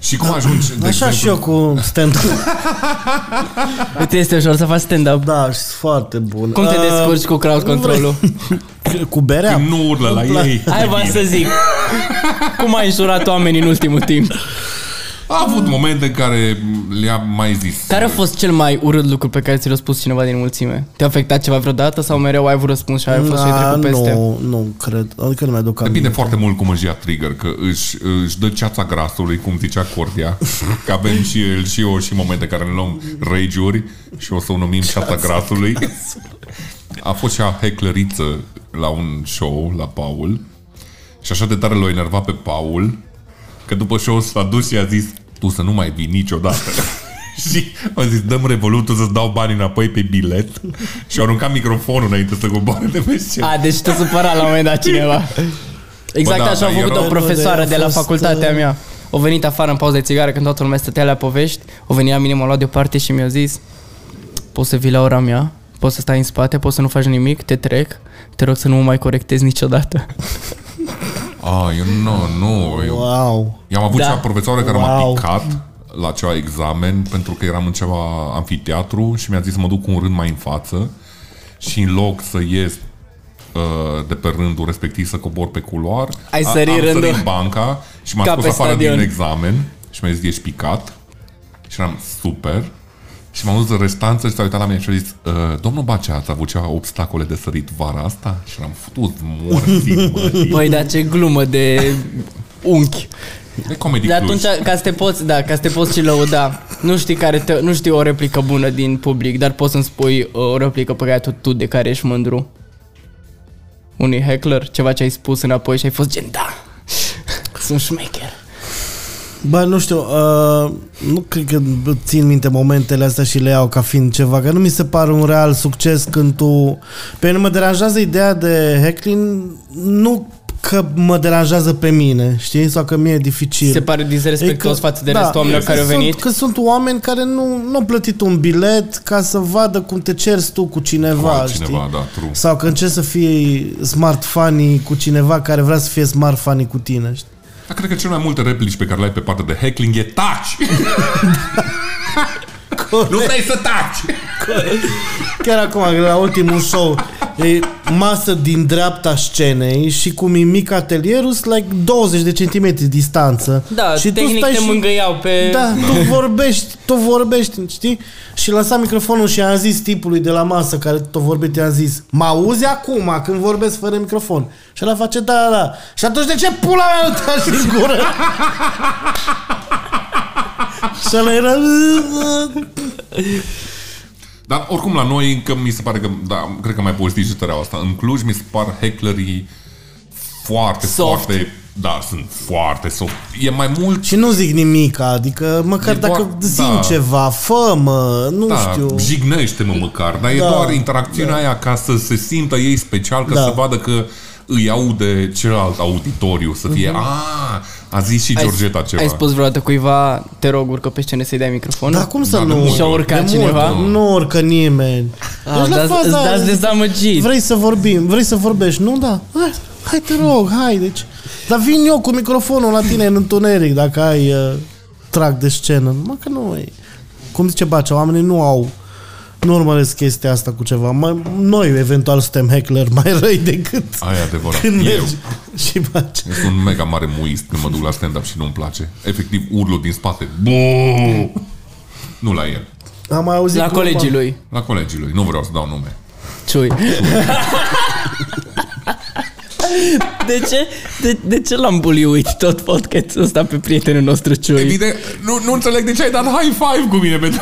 [SPEAKER 2] Și
[SPEAKER 4] Da.
[SPEAKER 2] cum ajungi, de
[SPEAKER 1] Așa și eu cu stand-up.
[SPEAKER 3] Îți Da. este ușor să faci stand-up.
[SPEAKER 1] Da, și sunt foarte bun.
[SPEAKER 3] Cum te
[SPEAKER 1] Ah,
[SPEAKER 3] descurci cu crowd control-ul?
[SPEAKER 1] Cu berea?
[SPEAKER 2] Când nu urlă la ei.
[SPEAKER 3] Hai v să zic. Cum ai înjurat oamenii în ultimul timp?
[SPEAKER 2] A avut momente în care le-am mai zis.
[SPEAKER 3] Care a fost cel mai urât lucru pe care ți l-a spus cineva din mulțime? Te-a afectat ceva vreodată sau mereu ai avut răspuns și ai fost și ai
[SPEAKER 1] Na,
[SPEAKER 3] trecut peste?
[SPEAKER 1] Ah, nu, nu cred. Adică nu mi-aduc
[SPEAKER 2] Depinde
[SPEAKER 1] aminte.
[SPEAKER 2] foarte mult cum își ia trigger, că își, își dă ceața grasului, cum zicea Cordia, că avem și el și eu și momente în care ne luăm rage și o să o numim ceața grasului. A fost și a hecleriță la un show, la Paul, și așa de tare l-a enervat pe Paul, că după show s-a dus și a zis, tu să nu mai vii niciodată. și am zis, dăm revolutul să-ți dau banii înapoi pe bilet și au aruncat microfonul înainte să coboare de pe scenă.
[SPEAKER 3] A, deci te supăra la un moment dat cineva. Exact
[SPEAKER 2] Bă, da,
[SPEAKER 3] așa a
[SPEAKER 2] da,
[SPEAKER 3] făcut
[SPEAKER 2] erau-
[SPEAKER 3] o profesoară
[SPEAKER 1] Erau-
[SPEAKER 3] de la
[SPEAKER 1] fost,
[SPEAKER 3] facultatea
[SPEAKER 1] uh,
[SPEAKER 3] mea. O venit afară în pauză de țigară când toată lumea stătea la povești. O venit la mine, m-a luat deoparte și mi-a zis Poți să vii la ora mea, poți să stai în spate, poți să nu faci nimic, te trec. Te rog să nu mă mai corectezi niciodată.
[SPEAKER 2] A, eu nu, nu, eu
[SPEAKER 1] Wow.
[SPEAKER 2] I-am avut
[SPEAKER 3] Da.
[SPEAKER 2] da. cea profesoară care m-a
[SPEAKER 1] Wow.
[SPEAKER 2] picat la ceva examen pentru că eram în ceva amfiteatru și mi-a zis să mă duc cu un rând mai în față și în loc să ies uh, de pe rândul respectiv să cobor pe culoar,
[SPEAKER 3] Ai
[SPEAKER 2] a-
[SPEAKER 3] sărit
[SPEAKER 2] am
[SPEAKER 3] rândul.
[SPEAKER 2] sărit banca și m-a
[SPEAKER 3] Ca
[SPEAKER 2] scos
[SPEAKER 3] pe
[SPEAKER 2] afară
[SPEAKER 3] stadion.
[SPEAKER 2] din examen și mi-a zis ești picat și eram super și m-am dus în restanță și s-a uitat la mine și a zis "Uh, Domnul Bacea, ați avut ceva obstacole de sărit vara asta? Și eram futut morții, mă.
[SPEAKER 3] Băi, Păi, dar ce glumă de unchi.
[SPEAKER 2] E comedy
[SPEAKER 3] De
[SPEAKER 2] Cluj.
[SPEAKER 3] atunci, ca să te poți, da, ca să te poți și lăuda, nu știi, care te, nu știi o replică bună din public, dar poți să-mi spui uh, o replică pe care tu, tu de care ești mândru. Unui heckler, ceva ce ai spus înapoi și ai fost gen, da, sunt șmecher.
[SPEAKER 1] Bă, nu știu, uh, nu cred că țin minte momentele astea și le iau ca fiind ceva, că nu mi se pare un real succes când tu... Pe mine mă deranjează ideea de heckling, nu că mă deranjează pe mine, știi? Sau că mie e dificil.
[SPEAKER 3] Se pare disrespectuos
[SPEAKER 1] E că-
[SPEAKER 3] față de restul oamenilor
[SPEAKER 1] că
[SPEAKER 3] care au
[SPEAKER 1] sunt-
[SPEAKER 3] venit.
[SPEAKER 1] Că sunt oameni care nu, nu au plătit un bilet ca să vadă cum te ceri tu cu
[SPEAKER 2] Cu
[SPEAKER 1] cineva,
[SPEAKER 2] altcineva,
[SPEAKER 1] știi?
[SPEAKER 2] da, true.
[SPEAKER 1] Sau că încerci să fii smart funny cu cineva care vrea să fie smart funny cu tine, știi?
[SPEAKER 2] Dar cred că cel mai multe replici pe care le ai pe partea de heckling e taci! nu vrei să taci!
[SPEAKER 1] Chiar acum, la ultimul show, e masă din dreapta scenei și cum e mic atelierul, sunt like 20 de centimetri distanță.
[SPEAKER 3] Da,
[SPEAKER 1] și
[SPEAKER 3] tehnic te mângâiau pe-
[SPEAKER 1] Da, tu vorbești, tu vorbești, știi? Și lăsa microfonul și am zis tipului de la masă care tot vorbit, i-am zis, mă auzi acum când vorbesc fără microfon. Și ăla face, da, da, da. Și atunci de ce pula mea nu te lași din gură? și ăla era...
[SPEAKER 2] Dar oricum la noi încă mi se pare că, da, cred că mai povestit și tăreaua asta. În Cluj mi se par hecklerii foarte,
[SPEAKER 3] Soft.
[SPEAKER 2] foarte... Da, sunt foarte soft. E mai mult...
[SPEAKER 1] Și nu zic nimic, adică măcar
[SPEAKER 2] E
[SPEAKER 1] dacă
[SPEAKER 2] doar-
[SPEAKER 1] zim
[SPEAKER 2] da.
[SPEAKER 1] ceva, fă mă, nu
[SPEAKER 2] Da,
[SPEAKER 1] știu.
[SPEAKER 2] jignește-mă măcar, dar e
[SPEAKER 1] Da,
[SPEAKER 2] doar interacțiunea aia ca să se simtă ei special, ca
[SPEAKER 1] Da.
[SPEAKER 2] să vadă că îi aude celălalt auditoriu, să fie, a, a zis și Georgeta
[SPEAKER 3] ai,
[SPEAKER 2] ceva.
[SPEAKER 3] ai spus vreodată cuiva, te rog, urcă pe scenă să-i dai microfonul?
[SPEAKER 1] Dar cum să
[SPEAKER 2] Da, de
[SPEAKER 1] nu?
[SPEAKER 2] mult.
[SPEAKER 3] Și-a urcat
[SPEAKER 1] De
[SPEAKER 3] cineva?
[SPEAKER 1] Mult, nu urcă nimeni.
[SPEAKER 3] Ah,
[SPEAKER 1] Deci la
[SPEAKER 3] dați-
[SPEAKER 1] faza
[SPEAKER 3] îți
[SPEAKER 1] aia,
[SPEAKER 3] dați
[SPEAKER 1] zic,
[SPEAKER 3] dezamăgit.
[SPEAKER 1] Vrei să vorbim, vrei să vorbești, nu? Da. Hai, hai te rog, hai, deci. Dar vin eu cu microfonul la tine în întuneric dacă ai uh, trag de scenă. Mă că nu e. Cum zice Bacea, oamenii nu au nu urmăresc chestia asta cu ceva. Mai, noi, eventual, suntem heckler mai răi decât
[SPEAKER 2] Aia e adevărat.
[SPEAKER 1] când
[SPEAKER 2] Eu.
[SPEAKER 1] mergi și faci.
[SPEAKER 2] Eu Sunt un mega mare muist când mă duc la stand-up și nu-mi place. Efectiv, urlu din spate. Buu! Nu la el.
[SPEAKER 1] Am mai auzit
[SPEAKER 3] La
[SPEAKER 1] gluma.
[SPEAKER 3] colegii lui.
[SPEAKER 2] La colegii lui. Nu vreau să dau nume.
[SPEAKER 3] Ciui. De ce, de, de ce l-am buliuit tot podcastul ăsta pe prietenul nostru Ciui?
[SPEAKER 2] Evident, nu, nu înțeleg de ce ai dat high five cu mine pentru...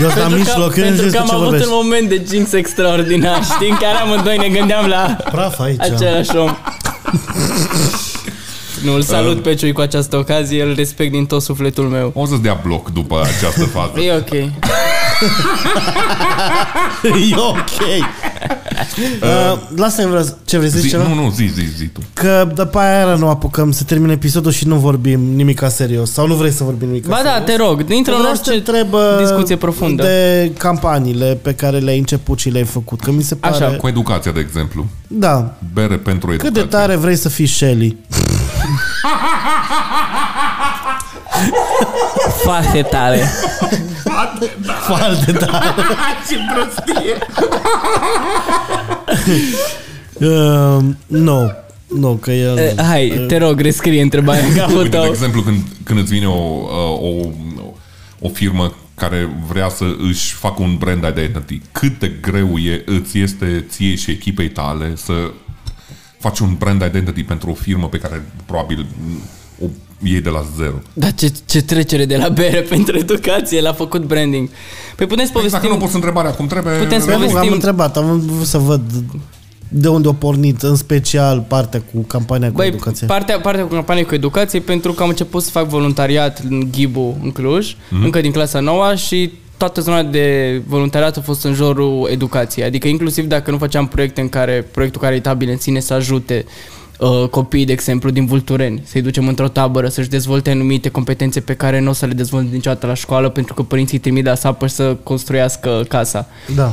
[SPEAKER 1] Eu sunt la mijloc, eu nu știu
[SPEAKER 3] pentru că
[SPEAKER 1] despre
[SPEAKER 3] am
[SPEAKER 1] ce
[SPEAKER 3] avut
[SPEAKER 1] vorbești.
[SPEAKER 3] un moment de jinx extraordinar, știi, în care amândoi ne gândeam la
[SPEAKER 1] Praf aici.
[SPEAKER 3] același om. Nu, îl salut pe Ciui cu această ocazie, îl respect din tot sufletul meu.
[SPEAKER 2] O să-ți dea bloc după această fază.
[SPEAKER 3] E ok.
[SPEAKER 1] E ok.
[SPEAKER 4] Uh, Lasă-mi vreau să- ce vrei să zici
[SPEAKER 2] Zi,
[SPEAKER 4] ceva?
[SPEAKER 2] nu, nu, zi, zi, zi tu.
[SPEAKER 4] Că după aia iară nu apucăm să termin episodul și nu vorbim nimic serios. Sau nu vrei să vorbim nimic
[SPEAKER 3] Ba da, te rog, intră în
[SPEAKER 4] Vreau să te
[SPEAKER 3] orice
[SPEAKER 4] întreb uh,
[SPEAKER 3] discuție profundă.
[SPEAKER 4] de campaniile pe care le-ai început și le-ai făcut. Că mi se pare...
[SPEAKER 3] Așa.
[SPEAKER 2] Cu educația, de exemplu.
[SPEAKER 4] Da.
[SPEAKER 2] Bere pentru
[SPEAKER 4] Cât
[SPEAKER 2] educație.
[SPEAKER 4] de tare vrei să fii Shelly?
[SPEAKER 3] Foarte tare.
[SPEAKER 4] Foarte tare.
[SPEAKER 2] Ce prostie!
[SPEAKER 4] Uh, nu. Nu, că e...
[SPEAKER 3] Eh, Hai, te rog, rescrie întrebarea în capul
[SPEAKER 2] Uite, de
[SPEAKER 1] exact.
[SPEAKER 3] tău.
[SPEAKER 2] exemplu, când, când îți vine o, o, o, o firmă care vrea să își facă un brand identity, cât de greu e, îți este ție și echipei tale să faci un brand identity pentru o firmă pe care probabil o iei de la zero.
[SPEAKER 3] Dar ce, ce trecere de la bere pentru educație, l-a făcut branding. Păi putem să
[SPEAKER 2] Dacă Exact, nu
[SPEAKER 3] povestim...
[SPEAKER 2] poți întrebarea cum trebuie...
[SPEAKER 3] Putem să-
[SPEAKER 4] Păi nu, am
[SPEAKER 3] povestim-
[SPEAKER 4] întrebat, am vrut să văd de unde o pornit, în special partea cu campania cu
[SPEAKER 3] Băi,
[SPEAKER 4] educație.
[SPEAKER 3] partea, partea cu campanie cu educație pentru că am început să fac voluntariat în Ghibu, în Cluj, mm-hmm. încă din clasa 9 și toată zona de voluntariat a fost în jurul educației. Adică inclusiv dacă nu făceam proiecte în care proiectul caritabil în sine să ajute uh, copiii, de exemplu, din Vultureni, să-i ducem într-o tabără, să-și dezvolte anumite competențe pe care nu o să le dezvolte niciodată la școală pentru că părinții îi trimit la sapă să construiască casa.
[SPEAKER 4] Da.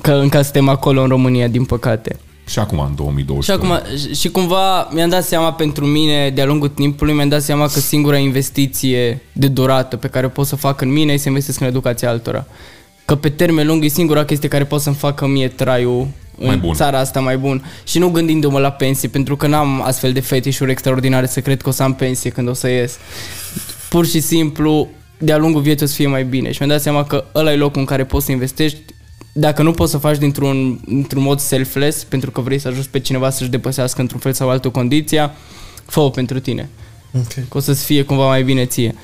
[SPEAKER 3] Că încă suntem acolo în România, din păcate.
[SPEAKER 2] Și acum, în 2020.
[SPEAKER 3] Și acum, și- și cumva mi-am dat seama pentru mine, de-a lungul timpului, mi-am dat seama că singura investiție de durată pe care o pot să o fac în mine e să investesc în educația altora. Că pe termen lung e singura chestie care pot să-mi facă mie traiul în
[SPEAKER 2] Mai bun.
[SPEAKER 3] țara asta mai bun. Și nu gândindu-mă la pensie, pentru că n-am astfel de fetișuri extraordinare să cred că o să am pensie când o să ies. Pur și simplu, de-a lungul vieții o să fie mai bine. Și mi-am dat seama că ăla e locul în care poți să investești dacă nu poți să faci dintr-un, dintr-un mod selfless, pentru că vrei să ajuți pe cineva să-și depăsească într-un fel sau altul condiția, fă pentru tine.
[SPEAKER 4] Okay.
[SPEAKER 3] Că o să-ți fie cumva mai bine ție.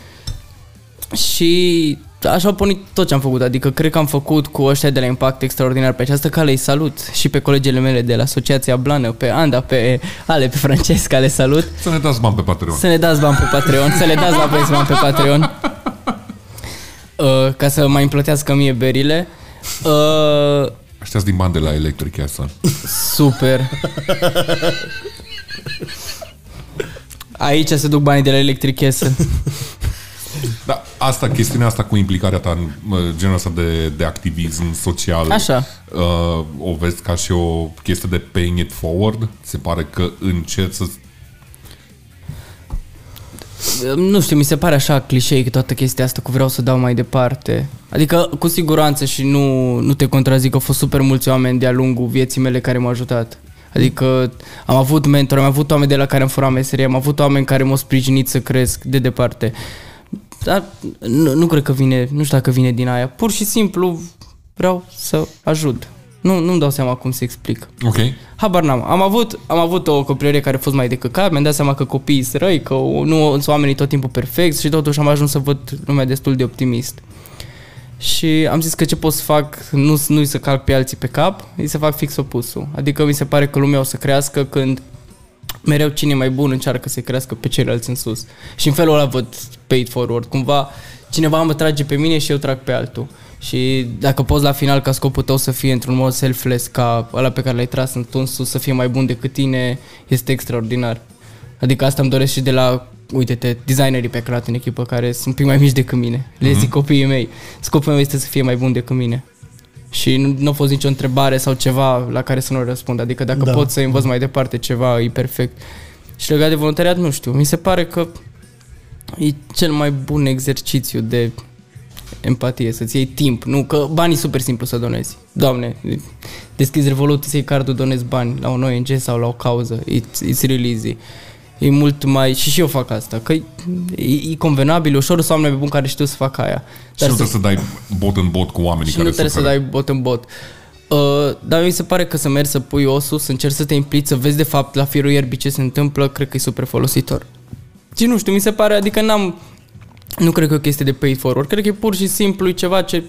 [SPEAKER 3] Și așa au pornit tot ce am făcut. Adică cred că am făcut cu ăștia de la Impact Extraordinar pe această cale. Îi salut și pe colegele mele de la Asociația Blană, pe Anda, pe Ale, pe Francesca, le salut.
[SPEAKER 2] Să ne dați bani pe Patreon.
[SPEAKER 3] Să ne dați bani pe Patreon, să le dați la băieți bani pe Patreon. Uh, ca să mai îmi plătească mie berile. Uh,
[SPEAKER 2] Aștia din bani de la Electric Castle.
[SPEAKER 3] super. Aici se duc banii de la Electric Castle.
[SPEAKER 2] Da, asta, chestiunea asta cu implicarea ta în mă, genul ăsta de, de activism social.
[SPEAKER 3] Așa.
[SPEAKER 2] Uh, o vezi ca și o chestie de paying it forward? Se pare că încet să...
[SPEAKER 3] nu știu, mi se pare așa clișei că toată chestia asta cu vreau să dau mai departe. Adică, cu siguranță și nu, nu te contrazic, au fost super mulți oameni de-a lungul vieții mele care m-au ajutat. Adică am avut mentori, am avut oameni de la care am furat meserie, am avut oameni care m-au sprijinit să cresc de departe. Dar nu, nu cred că vine, nu știu dacă vine din aia. Pur și simplu vreau să ajut. Nu, nu-mi dau seama cum să explic.
[SPEAKER 2] Ok.
[SPEAKER 3] Habar n-am. Am avut, am avut o copilărie care a fost mai de căcat, mi-am dat seama că copiii sunt răi, că nu sunt oamenii tot timpul perfecți și totuși am ajuns să văd lumea destul de optimist. Și am zis că ce pot să fac nu, nu-i să calc pe alții pe cap, e să fac fix opusul. Adică mi se pare că lumea o să crească când mereu cine e mai bun încearcă să crească pe ceilalți în sus. Și în felul ăla văd paid forward. Cumva cineva mă trage pe mine și eu trag pe altul. Și dacă poți la final ca scopul tău să fie într-un mod selfless, ca ăla pe care l-ai tras în tun sus să fie mai bun decât tine, este extraordinar. Adică asta îmi doresc și de la, uite-te, designerii pe care în echipă care sunt un pic mai mici decât mine. Le zic copiii mei. Scopul meu este să fie mai bun decât mine. Și nu, nu a fost nicio întrebare sau ceva la care să nu răspund. Adică dacă
[SPEAKER 4] Da.
[SPEAKER 3] da. pot să învăț mai departe ceva, e perfect. Și legat de voluntariat, nu știu. Mi se pare că e cel mai bun exercițiu de empatie, să-ți iei timp. Nu, că banii e super simplu să donezi. Doamne, deschizi Revolut, să iei cardul, donezi bani la un ONG sau la o cauză. It's, it's really easy. E mult mai... Și și eu fac asta, că e, e, e convenabil, ușor sunt oameni buni care știu să facă aia.
[SPEAKER 2] Și
[SPEAKER 3] Dar
[SPEAKER 2] nu
[SPEAKER 3] să
[SPEAKER 2] trebuie să dai bot în bot cu oamenii
[SPEAKER 3] și nu
[SPEAKER 2] care
[SPEAKER 3] trebuie să
[SPEAKER 2] suferă.
[SPEAKER 3] dai bot în bot. Uh, dar mi se pare că să mergi să pui osul, să încerci să te implici, să vezi de fapt la firul ierbii ce se întâmplă, cred că e super folositor. Și nu știu, mi se pare, adică n-am, nu cred că e o chestie de pay forward, cred că e pur și simplu e ceva ce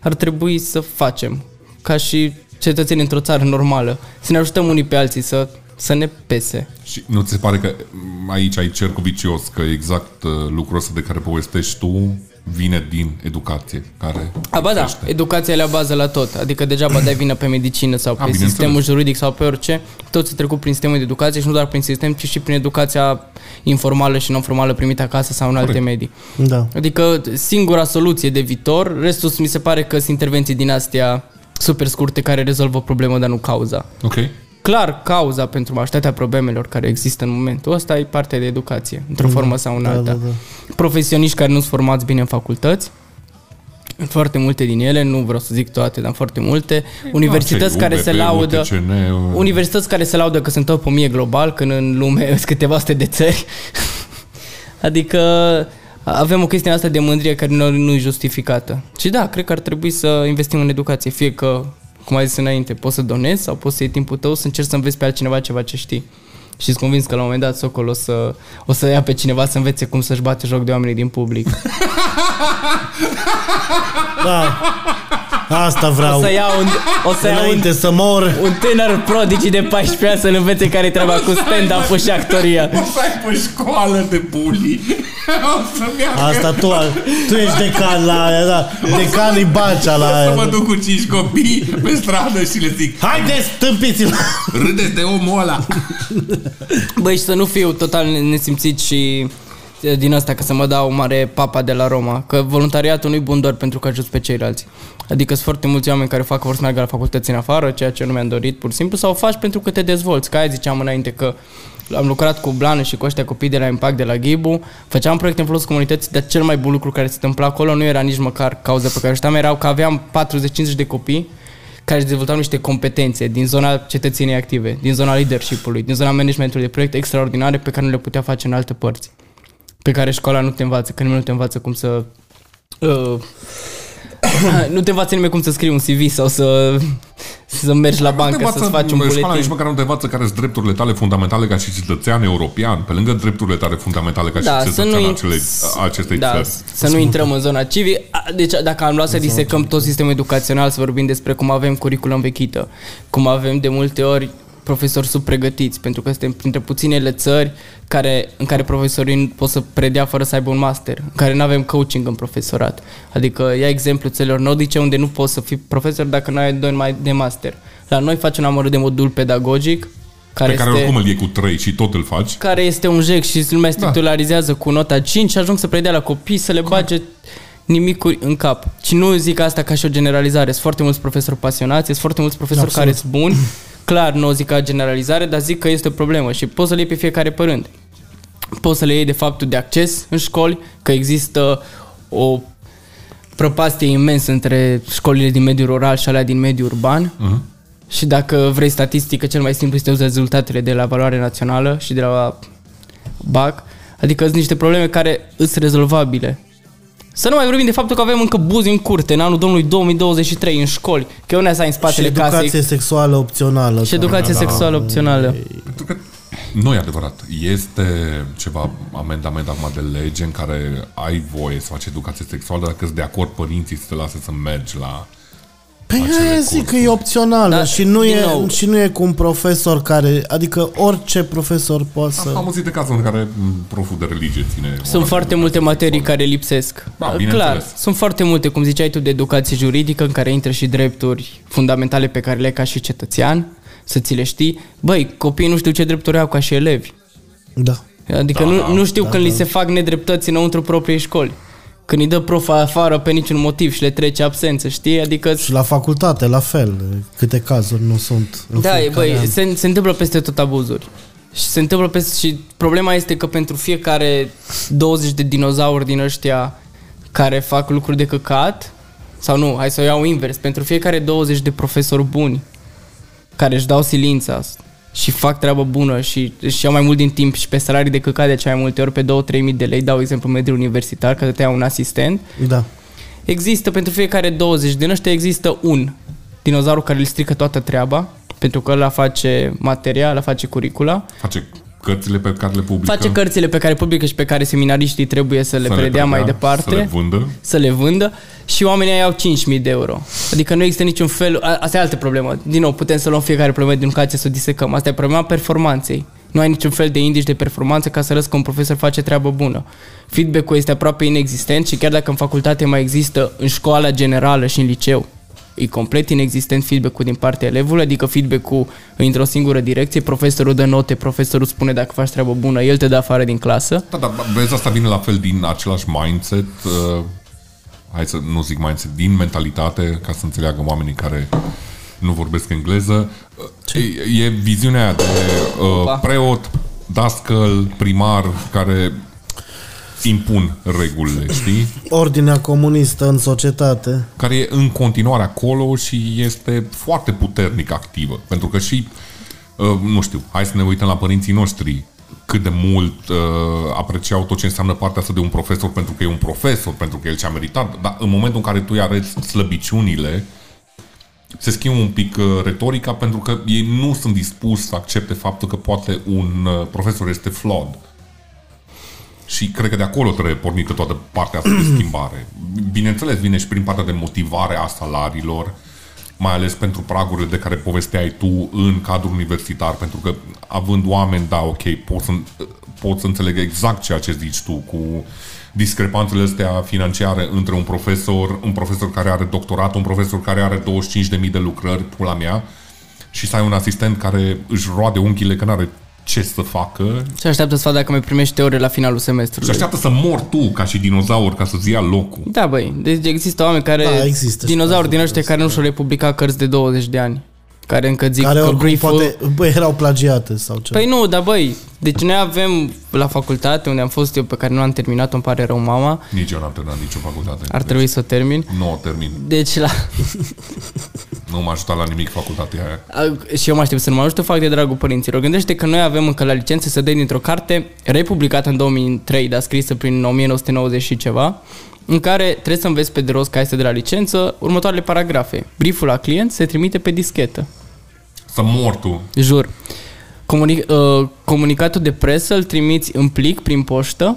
[SPEAKER 3] ar trebui să facem, ca și cetățeni într-o țară normală, să ne ajutăm unii pe alții să, să ne pese.
[SPEAKER 2] Și nu ți se pare că m, aici ai cercul vicios, că exact uh, lucrul ăsta de care povestești tu vine din educație. Care
[SPEAKER 3] A, ba da,
[SPEAKER 2] crește.
[SPEAKER 3] educația e la bază la tot. Adică degeaba dai vină pe medicină sau pe
[SPEAKER 2] bineînțeles.
[SPEAKER 3] sistemul juridic sau pe orice. Tot se trecut prin sistemul de educație și nu doar prin sistem, ci și prin educația informală și non-formală primită acasă sau în alte
[SPEAKER 2] Corect.
[SPEAKER 3] medii.
[SPEAKER 4] Da.
[SPEAKER 3] Adică singura soluție de viitor, restul mi se pare că sunt intervenții din astea super scurte care rezolvă problema, dar nu cauza.
[SPEAKER 2] Ok.
[SPEAKER 3] Clar, cauza pentru majoritatea problemelor care există în momentul ăsta e partea de educație, într-o formă sau în alta.
[SPEAKER 4] da, da.
[SPEAKER 3] Profesioniști care nu sunt formați bine în facultăți, foarte multe din ele, nu vreau să zic toate, dar foarte multe, universități
[SPEAKER 2] Ok,
[SPEAKER 3] care
[SPEAKER 2] UBP,
[SPEAKER 3] se laudă...
[SPEAKER 2] UTCN,
[SPEAKER 3] Mm. Universități care se laudă că sunt top 1000 global, când în lume sunt câteva sute de țări. adică avem o chestie asta de mândrie care nu, nu e justificată. Și da, cred că ar trebui să investim în educație, fie că, cum ai zis înainte, poți să donezi sau poți să iei timpul tău să încerci să înveți pe altcineva ceva ce știi. Și sunt convins că la un moment dat Socol o să, o să ia pe cineva să învețe cum să-și bate joc de oamenii din public.
[SPEAKER 4] da. Asta
[SPEAKER 3] O
[SPEAKER 4] vreau.
[SPEAKER 3] să iau un, o să iau un,
[SPEAKER 4] Înainte să mor.
[SPEAKER 3] un tânăr prodigi de 14 ani să-l învețe care treaba cu stand-up și actoria.
[SPEAKER 2] O să ai pe școală de bully. o să meargă.
[SPEAKER 4] Asta tu, ai- tu ești decan la aia, da. Decan e bacea la
[SPEAKER 2] Să mă
[SPEAKER 4] aia.
[SPEAKER 2] duc cu cinci copii pe stradă și le zic
[SPEAKER 4] Haideți, tâmpiți-l!
[SPEAKER 2] Râdeți de omul ăla
[SPEAKER 3] Băi, și să nu fiu total ne- nesimțit și e, din asta că să mă dau mare papa de la Roma, că voluntariatul nu-i bun doar pentru că ajut pe ceilalți. Adică sunt foarte mulți oameni care fac vor să meargă la facultăți în afară, ceea ce nu mi-am dorit pur și simplu, sau o faci pentru că te dezvolți. Ca aia ziceam înainte că am lucrat cu Blană și cu ăștia copii de la Impact, de la Ghibu, făceam proiecte în folosul comunității, dar cel mai bun lucru care se întâmpla acolo nu era nici măcar cauza pe care o ajutam, erau că aveam 40-50 de copii care își dezvoltau niște competențe din zona cetățeniei active, din zona leadership-ului, din zona managementului de proiect extraordinare pe care nu le putea face în alte părți, pe care școala nu te învață, că nimeni nu te învață cum să... Uh, nu te învață nimeni cum să scrii un CV sau să, să mergi la
[SPEAKER 2] Nu te
[SPEAKER 3] bancă, să-ți
[SPEAKER 2] învață
[SPEAKER 3] faci un
[SPEAKER 2] Școala nici
[SPEAKER 3] buletin.
[SPEAKER 2] măcar nu te învață care sunt drepturile tale fundamentale ca și cetățean european, pe lângă drepturile tale fundamentale ca și
[SPEAKER 3] Da, să nu,
[SPEAKER 2] cetățean
[SPEAKER 3] in-
[SPEAKER 2] acele, a acestei
[SPEAKER 3] da,
[SPEAKER 2] țări.
[SPEAKER 3] să nu intrăm în zona civic. A, Deci dacă am luat să disecăm tot sistemul educațional, să vorbim despre cum avem curriculum vechită, cum avem de multe ori profesori subpregătiți, pentru că suntem printre puținele țări care, în care profesorii nu pot să predea fără să aibă un master, în care nu avem coaching în profesorat. Adică ia exemplu țărilor nordice unde nu poți să fii profesor dacă nu ai doi mai de master. La noi facem un amărât de modul pedagogic, care
[SPEAKER 2] Pe care
[SPEAKER 3] este
[SPEAKER 2] oricum îl iei cu 3 și tot îl faci.
[SPEAKER 3] Deci, care este un jec și lumea se
[SPEAKER 2] Da.
[SPEAKER 3] titularizează cu nota 5 și ajung să predea la copii să le bage nimicuri în cap. Și nu zic asta ca și o generalizare. Sunt foarte mulți profesori pasionați, sunt foarte mulți profesori
[SPEAKER 4] Absolut.
[SPEAKER 3] care sunt buni. Clar, nu o zic ca generalizare, dar zic că este o problemă și poți să le iei pe fiecare părând. Poți să le iei de faptul de acces în școli, că există o prăpastie imensă între școlile din mediul rural și alea din mediul urban. Uh-huh. Și dacă vrei statistică, cel mai simplu este să uzi rezultatele de la valoare națională și de la BAC. Adică sunt niște probleme care îs rezolvabile. Să nu mai vorbim de faptul că avem încă buzi în curte în anul domnului 2023 în școli, că eu ne ai în
[SPEAKER 4] Și
[SPEAKER 3] spatele casei.
[SPEAKER 4] educație sexuală opțională.
[SPEAKER 3] Și educație sexuală
[SPEAKER 4] Da.
[SPEAKER 3] opțională.
[SPEAKER 2] Pentru că nu e adevărat. Este ceva amendament acum de lege în care ai voie să faci educație sexuală dacă sunt de acord părinții să te lase să mergi la...
[SPEAKER 4] Păi
[SPEAKER 2] acele
[SPEAKER 4] aia zic că
[SPEAKER 2] cursuri.
[SPEAKER 4] e opțională
[SPEAKER 3] Da,
[SPEAKER 4] și, nu
[SPEAKER 3] din
[SPEAKER 4] e,
[SPEAKER 3] nou.
[SPEAKER 4] și nu e cu un profesor care, adică orice profesor poate să...
[SPEAKER 2] Am auzit de cazul în care m, proful de religie ține...
[SPEAKER 3] Sunt foarte multe materii care lipsesc.
[SPEAKER 2] Da,
[SPEAKER 3] Clar,
[SPEAKER 2] bineînțeles.
[SPEAKER 3] sunt foarte multe, cum ziceai tu, de educație juridică în care intră și drepturi fundamentale pe care le ai ca și cetățean, să ți le știi. Băi, copiii nu știu ce drepturi au ca și elevi.
[SPEAKER 4] Da.
[SPEAKER 3] Adică
[SPEAKER 2] Da,
[SPEAKER 3] da, nu,
[SPEAKER 2] da,
[SPEAKER 3] nu știu da, când li se fac nedreptăți înăuntru propriei școli. Când îi dă profa afară pe niciun motiv și le trece absență, știi? Adică...
[SPEAKER 4] Și la facultate, la fel, câte cazuri nu sunt în
[SPEAKER 3] Da, e,
[SPEAKER 4] fiecare
[SPEAKER 3] băi,
[SPEAKER 4] an.
[SPEAKER 3] se, se întâmplă peste tot abuzuri. Și se întâmplă peste... Și problema este că pentru fiecare 20 de dinozauri din ăștia care fac lucruri de căcat, sau nu, hai să o iau invers, pentru fiecare 20 de profesori buni care își dau silința și fac treabă bună și își iau mai mult din timp și pe salarii de căcat de cea mai multe ori pe 2-3 de lei, dau exemplu mediul universitar, că te iau un asistent,
[SPEAKER 4] Da.
[SPEAKER 3] Există pentru fiecare 20 din ăștia există un dinozaur care îl strică toată treaba, pentru că ăla face materia, ăla face curicula,
[SPEAKER 2] Face cărțile pe care le publică.
[SPEAKER 3] face cărțile pe care publică și pe care seminariștii trebuie să le
[SPEAKER 2] să
[SPEAKER 3] predea mai departe
[SPEAKER 2] Să le vândă.
[SPEAKER 3] să le vândă și oamenii aia au 5.000 de euro. Adică nu există niciun fel, a- asta e altă problemă. Din nou, putem să luăm fiecare problemă din educație să o disecăm. Asta e problema performanței. Nu ai niciun fel de indici de performanță ca să arăți că un profesor face treabă bună. Feedback-ul este aproape inexistent și chiar dacă în facultate mai există, în școala generală și în liceu, e complet inexistent feedback-ul din partea elevului, adică feedback-ul într-o singură direcție, profesorul dă note, profesorul spune dacă faci treabă bună, el te dă afară din clasă.
[SPEAKER 2] Da, dar vezi, asta vine la fel din același mindset, uh, hai să nu zic mindset, din mentalitate, ca să înțeleagă oamenii care nu vorbesc engleză. Uh, E, e viziunea aia de uh,
[SPEAKER 3] Opa.
[SPEAKER 2] preot, dascăl, primar, care impun regulile, știi?
[SPEAKER 4] Ordinea comunistă în societate.
[SPEAKER 2] Care e în continuare acolo și este foarte puternic activă. Pentru că și, uh, nu știu, hai să ne uităm la părinții noștri cât de mult uh, apreciau tot ce înseamnă partea asta de un profesor pentru că e un profesor, pentru că el ce a meritat. Dar în momentul în care tu îi arăți slăbiciunile, se schimbă un pic uh, retorica pentru că ei nu sunt dispuși să accepte faptul că poate un uh, profesor este flawed. Și cred că de acolo trebuie pornită toată partea asta de schimbare. Bineînțeles, vine și prin partea de motivare a salariilor, mai ales pentru pragurile de care povesteai tu în cadrul universitar, pentru că având oameni, da, ok, pot să, pot să înțeleg exact ceea ce zici tu cu discrepanțele astea financiare între un profesor, un profesor care are doctorat, un profesor care are 25.000 de lucrări, pula mea, și să ai un asistent care își roade unchiile că n-are ce să facă
[SPEAKER 3] Și așteaptă să vadă dacă mai primești ore la finalul semestrului.
[SPEAKER 2] și așteaptă să mor tu ca și dinozaur ca să-ți ia locul.
[SPEAKER 3] Da, băi, deci există oameni care,
[SPEAKER 4] Da, există și
[SPEAKER 3] dinozauri
[SPEAKER 4] cazuri
[SPEAKER 3] din ăștia care nu și-au republicat cărți de 20 de ani, care încă zic
[SPEAKER 4] Care
[SPEAKER 3] că
[SPEAKER 4] oricum
[SPEAKER 3] brief-ul...
[SPEAKER 4] poate bă, erau plagiate sau ceva.
[SPEAKER 3] Păi nu, dar băi, deci noi avem la facultate, unde am fost eu, pe care nu am terminat, îmi pare rău mama,
[SPEAKER 2] Nici eu n-am terminat nicio facultate.
[SPEAKER 4] Deci.
[SPEAKER 3] ar trebui să o termin.
[SPEAKER 2] Nu o termin.
[SPEAKER 3] Deci la...
[SPEAKER 2] Nu m-a ajutat la nimic facultatea aia.
[SPEAKER 3] A- și eu mă aștept să nu mă ajut, o fac de dragul părinților. Gândește că noi avem încă la licență să dai dintr-o carte republicată în 2003, dar scrisă prin 1990 și ceva, în care trebuie să înveți pe de rost ca este de la licență următoarele paragrafe. Brieful la client se trimite pe dischetă.
[SPEAKER 2] Să mor tu.
[SPEAKER 3] Jur. Comunic, uh, comunicatul de presă îl trimiți în plic prin poștă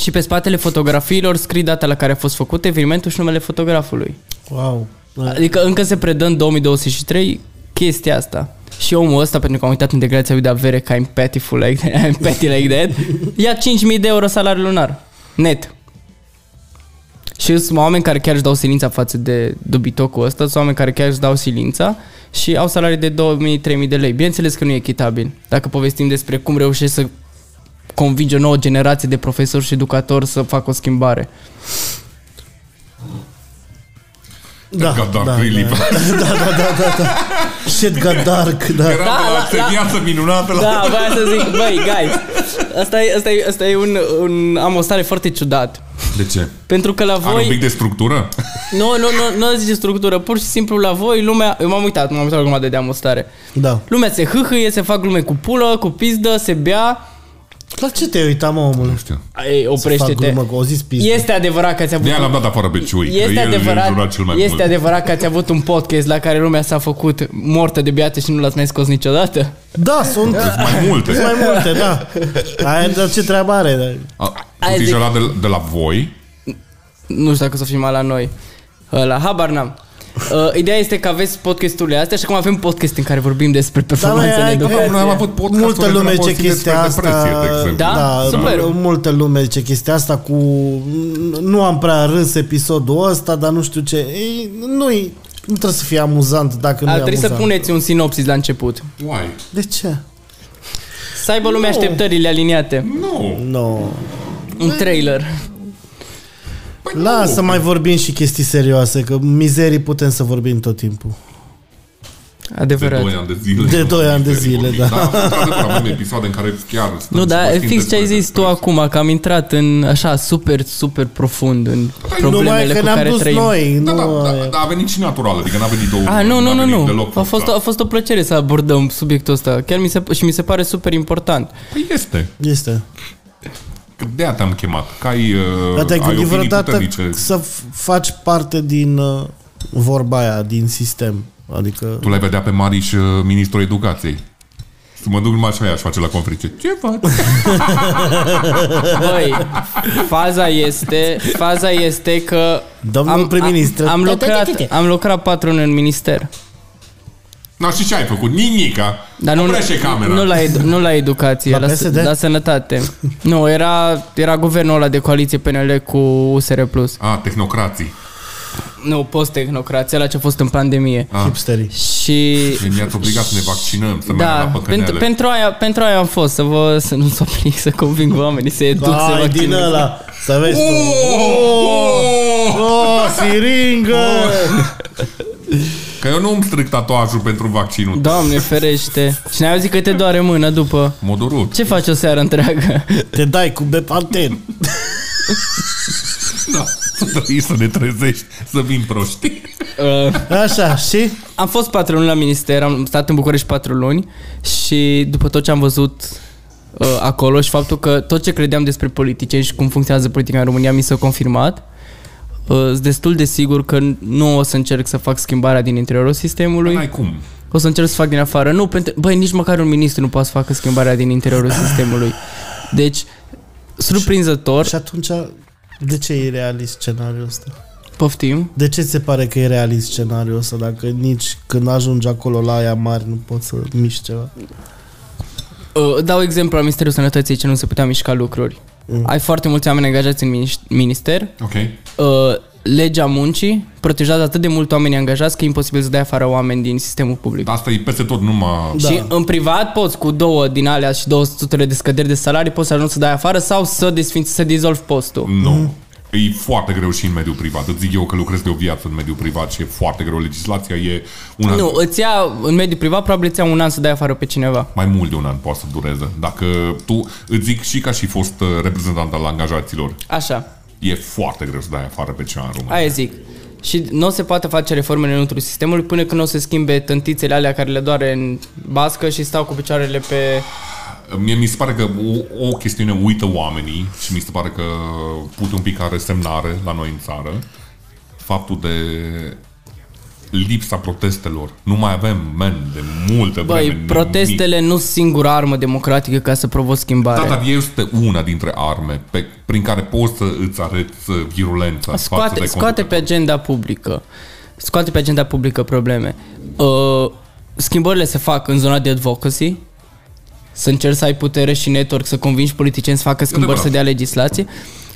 [SPEAKER 3] și pe spatele fotografiilor scrii data la care a fost făcut evenimentul și numele fotografului.
[SPEAKER 4] Wow. Da.
[SPEAKER 3] Adică încă se predă în 2023 chestia asta. Și omul ăsta, pentru că am uitat integrația lui de avere ca I'm petty, full like that, I'm petty like that, ia 5.000 de euro salariu lunar. Net. Și sunt oameni care chiar își dau silința față de dobitocul ăsta, sunt oameni care chiar își dau silința și au salarii de 2.000-3.000 de lei. Bineînțeles că nu e echitabil. Dacă povestim despre cum reușești să convingi o nouă generație de profesori și educatori să facă o schimbare.
[SPEAKER 4] Da,
[SPEAKER 2] God,
[SPEAKER 4] da,
[SPEAKER 2] dark,
[SPEAKER 4] da,
[SPEAKER 2] really.
[SPEAKER 4] da, da, da, da, da. Shit got dark, da.
[SPEAKER 2] Era
[SPEAKER 3] Da,
[SPEAKER 2] de la
[SPEAKER 3] la-
[SPEAKER 2] ce
[SPEAKER 3] la-
[SPEAKER 2] viață minunată la...
[SPEAKER 3] Da, voiam să zic, băi, guys, asta e, asta e, asta e un, un, am o stare foarte ciudat.
[SPEAKER 2] De ce?
[SPEAKER 3] Pentru că la
[SPEAKER 2] Are un pic
[SPEAKER 3] voi,
[SPEAKER 2] de structură?
[SPEAKER 3] nu, nu, nu, nu zice structură, pur și simplu la voi, lumea, eu m-am uitat, m-am uitat la grămadă de am o stare.
[SPEAKER 4] Da.
[SPEAKER 3] Lumea se hâhâie, se fac glume cu pulă, cu pizdă, se bea,
[SPEAKER 4] La ce te-ai uitat, mă, omule?
[SPEAKER 2] Nu știu.
[SPEAKER 3] ei,
[SPEAKER 4] Să fac
[SPEAKER 3] oprește-te.
[SPEAKER 4] glumă, cu- o zis pizdă.
[SPEAKER 3] Este adevărat că ți-a avut
[SPEAKER 2] De aia
[SPEAKER 3] un
[SPEAKER 2] l-am dat afară pe Ciui. că
[SPEAKER 3] Este
[SPEAKER 2] el e
[SPEAKER 3] adevărat,
[SPEAKER 2] înjurat cel mai
[SPEAKER 3] este
[SPEAKER 2] mult.
[SPEAKER 3] adevărat că ați avut un podcast la care lumea s-a făcut moartă de beate și nu l-ați mai scos niciodată?
[SPEAKER 4] Da, sunt
[SPEAKER 2] Sunt mai multe.
[SPEAKER 4] mai multe, da. Aia, dar ce treabă are? Da.
[SPEAKER 2] A,
[SPEAKER 3] Aia
[SPEAKER 2] Zici
[SPEAKER 3] zic.
[SPEAKER 2] ăla de, de la voi.
[SPEAKER 3] Nu știu dacă o să fim la noi. La habar n-am. Uh, ideea este că aveți podcasturile astea și acum avem podcast în care vorbim despre performanță
[SPEAKER 4] Da, hai
[SPEAKER 3] în
[SPEAKER 4] că
[SPEAKER 3] educație.
[SPEAKER 2] Noi am avut podcasturi
[SPEAKER 4] Multă
[SPEAKER 2] de la
[SPEAKER 4] lume
[SPEAKER 2] voi
[SPEAKER 4] zice
[SPEAKER 2] despre
[SPEAKER 4] chestia
[SPEAKER 2] depresie,
[SPEAKER 4] asta.
[SPEAKER 2] de exemplu.
[SPEAKER 3] Da? Super.
[SPEAKER 4] mul- multă lume zice chestia asta cu nu am prea râs episodul ăsta, dar nu știu ce. Ei, nu-i, nu trebuie să fie amuzant dacă nu
[SPEAKER 3] Ar
[SPEAKER 4] e
[SPEAKER 3] trebui să
[SPEAKER 4] amuzant.
[SPEAKER 3] puneți un sinopsis la început.
[SPEAKER 2] Why?
[SPEAKER 4] De ce?
[SPEAKER 3] Să aibă lumea așteptările aliniate.
[SPEAKER 2] Nu.
[SPEAKER 4] No.
[SPEAKER 3] Un trailer.
[SPEAKER 2] Păi
[SPEAKER 4] Lasă, mai vorbim și chestii serioase, că mizerii putem să vorbim tot timpul.
[SPEAKER 2] De
[SPEAKER 3] Adevărat.
[SPEAKER 2] 2 ani de zile.
[SPEAKER 4] De doi ani de zile, da.
[SPEAKER 2] într-adevăr, avem episoade în care chiar... stăm
[SPEAKER 3] Nu,
[SPEAKER 2] și
[SPEAKER 3] dar
[SPEAKER 2] vorbim
[SPEAKER 3] fix ce ai
[SPEAKER 2] despre
[SPEAKER 3] zis tu
[SPEAKER 2] depresie.
[SPEAKER 3] acum, că am intrat în așa super, super profund în
[SPEAKER 4] Păi Numai
[SPEAKER 3] problemele
[SPEAKER 4] că
[SPEAKER 3] cu
[SPEAKER 4] ne-am
[SPEAKER 3] care
[SPEAKER 4] dus
[SPEAKER 3] trăim.
[SPEAKER 4] noi.
[SPEAKER 2] Da,
[SPEAKER 4] nu,
[SPEAKER 2] da, da, da, a venit și natural, adică n-a venit două
[SPEAKER 3] A, nu, nu, nu, nu.
[SPEAKER 2] Deloc
[SPEAKER 3] A fost,
[SPEAKER 2] forțat.
[SPEAKER 3] a fost o plăcere să abordăm subiectul ăsta. Chiar mi se, și mi se pare super important.
[SPEAKER 2] Păi este.
[SPEAKER 4] Este.
[SPEAKER 2] Că de-aia te-am chemat. Că ai, uh,
[SPEAKER 4] Dar te-ai
[SPEAKER 2] ai
[SPEAKER 4] gândit
[SPEAKER 2] opinii
[SPEAKER 4] vreodată
[SPEAKER 2] puternice.
[SPEAKER 4] să f- faci parte din uh, vorba aia, din sistem. Adică...
[SPEAKER 2] Tu l-ai vedea pe Mariș, uh, ministrul educației. Să mă duc numai așa, aș face la conferințe. Ce faci?
[SPEAKER 3] Băi, faza este, faza este că
[SPEAKER 4] Domnul prim-ministru.
[SPEAKER 3] Am, am, lucrat, am lucrat patru ani în minister.
[SPEAKER 2] Na, și ce ai făcut? Nimica.
[SPEAKER 3] Dar nu,
[SPEAKER 2] Oprește camera.
[SPEAKER 3] nu, la, edu- nu la educație,
[SPEAKER 4] La
[SPEAKER 3] la, la,
[SPEAKER 4] PSD?
[SPEAKER 3] la sănătate. nu, era, era guvernul ăla de coaliție PNL cu USR+.
[SPEAKER 2] A, tehnocrații.
[SPEAKER 3] Nu, post-tehnocrație, ăla ce a fost în pandemie.
[SPEAKER 2] Ah.
[SPEAKER 4] Hipsterii.
[SPEAKER 3] Și...
[SPEAKER 2] Și ne-ați Păi obligat să ne vaccinăm, să mergem
[SPEAKER 3] Da,
[SPEAKER 2] la
[SPEAKER 3] pentru,
[SPEAKER 2] păcănele.
[SPEAKER 3] pentru, aia, pentru aia am fost, să, vă, să nu s-o plic, să conving oamenii, să educ, să
[SPEAKER 4] Ai, din
[SPEAKER 3] vaccinez.
[SPEAKER 4] ăla, să vezi tu.
[SPEAKER 2] Oh!
[SPEAKER 4] O, siringă!
[SPEAKER 2] Că eu nu îmi stric tatuajul pentru vaccinul. Da.
[SPEAKER 3] Doamne ferește. Și ne-ai auzit că te doare mâna după.
[SPEAKER 2] M-a durut.
[SPEAKER 3] Ce faci o seară întreagă?
[SPEAKER 4] Te dai cu bepanten.
[SPEAKER 2] Da. Trebuie să ne trezești, să vin proști.
[SPEAKER 3] Uh,
[SPEAKER 4] Așa, și?
[SPEAKER 3] am fost patru luni la minister, am stat în București patru luni și după tot ce am văzut uh, acolo și faptul că tot ce credeam despre politicieni și cum funcționează politica în România mi s-a confirmat, uh, sunt destul de sigur că nu o să încerc să fac schimbarea din interiorul sistemului.
[SPEAKER 2] N-ai cum.
[SPEAKER 3] O să încerc să fac din afară. Nu, pentru... Băi, nici măcar un ministru nu poate să facă schimbarea din interiorul sistemului. Deci, surprinzător,
[SPEAKER 4] Și atunci, de ce e realist scenariul ăsta?
[SPEAKER 3] poftim,
[SPEAKER 4] De ce ți se pare că e realist scenariul ăsta dacă nici când ajungi acolo la aia mari nu poți să miști ceva?
[SPEAKER 3] Uh, dau exemplu al Ministerul Sănătății ce nu se putea mișca lucruri. Mm. Ai foarte mulți oameni angajați în miniș- minister,
[SPEAKER 2] Ok.
[SPEAKER 3] uh, legea muncii protejează atât de mult oameni angajați că e imposibil să dai afară oameni din sistemul public.
[SPEAKER 2] Dar Asta e peste tot numai...
[SPEAKER 3] Da. Și în privat poți cu două din alea și 200 de scăderi de salarii poți să ajungi să dai afară sau să desfinți, să dizolvi postul.
[SPEAKER 2] Nu. Mm. E foarte greu și în mediul privat. Îți zic eu că lucrez de o viață în mediul privat și e foarte greu. Legislația e un an,
[SPEAKER 3] Nu, îți ia, în mediul privat probabil îți ia un an să dai afară pe cineva.
[SPEAKER 2] mai mult de un an poate să dureze. Dacă tu, îți zic și ca și fost uh, reprezentant al angajaților,
[SPEAKER 3] Așa,
[SPEAKER 2] e foarte greu să dai afară pe cineva în România.
[SPEAKER 3] aia zic. Și nu se poate face reforme în într sistemului până când nu o se schimbe tântițele alea care le doare în bască și stau cu picioarele pe
[SPEAKER 2] Uh, Mie mi se pare că o, o chestiune uită oamenii și mi se pare că put un pic are semnare la noi în țară faptul de lipsa protestelor. Nu mai avem, men, de multe
[SPEAKER 3] Băi,
[SPEAKER 2] vreme.
[SPEAKER 3] protestele nu sunt singura armă democratică ca să provoci schimbare.
[SPEAKER 2] Da, dar este una dintre arme pe, prin care poți să îți arăți virulența față
[SPEAKER 3] scoate,
[SPEAKER 2] de
[SPEAKER 3] scoate pe agenda publică. Scoate pe agenda publică probleme. Uh, schimbările se fac în zona de advocacy. Să încerci să ai putere și network, să convingi politicieni să facă schimbări, să
[SPEAKER 2] adevărat.
[SPEAKER 3] dea legislație.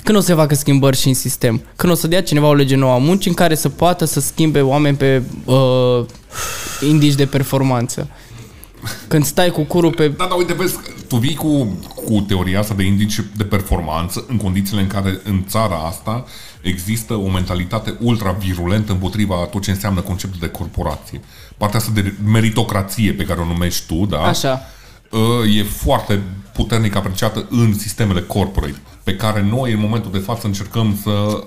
[SPEAKER 3] Când o să se facă schimbări și în sistem? Când o să dea cineva o lege nouă a muncii în care să poată să schimbe oameni pe uh, indici de performanță? Când stai cu curul pe...
[SPEAKER 2] Da, dar uite, vezi, tu vii cu, cu teoria asta de indici de performanță în condițiile în care în țara asta există o mentalitate ultra virulentă împotriva a tot ce înseamnă conceptul de corporație. Partea asta de meritocrație pe care o numești tu, da?
[SPEAKER 3] Așa.
[SPEAKER 2] uh, e foarte puternic apreciată în sistemele corporate, pe care noi în momentul de față încercăm să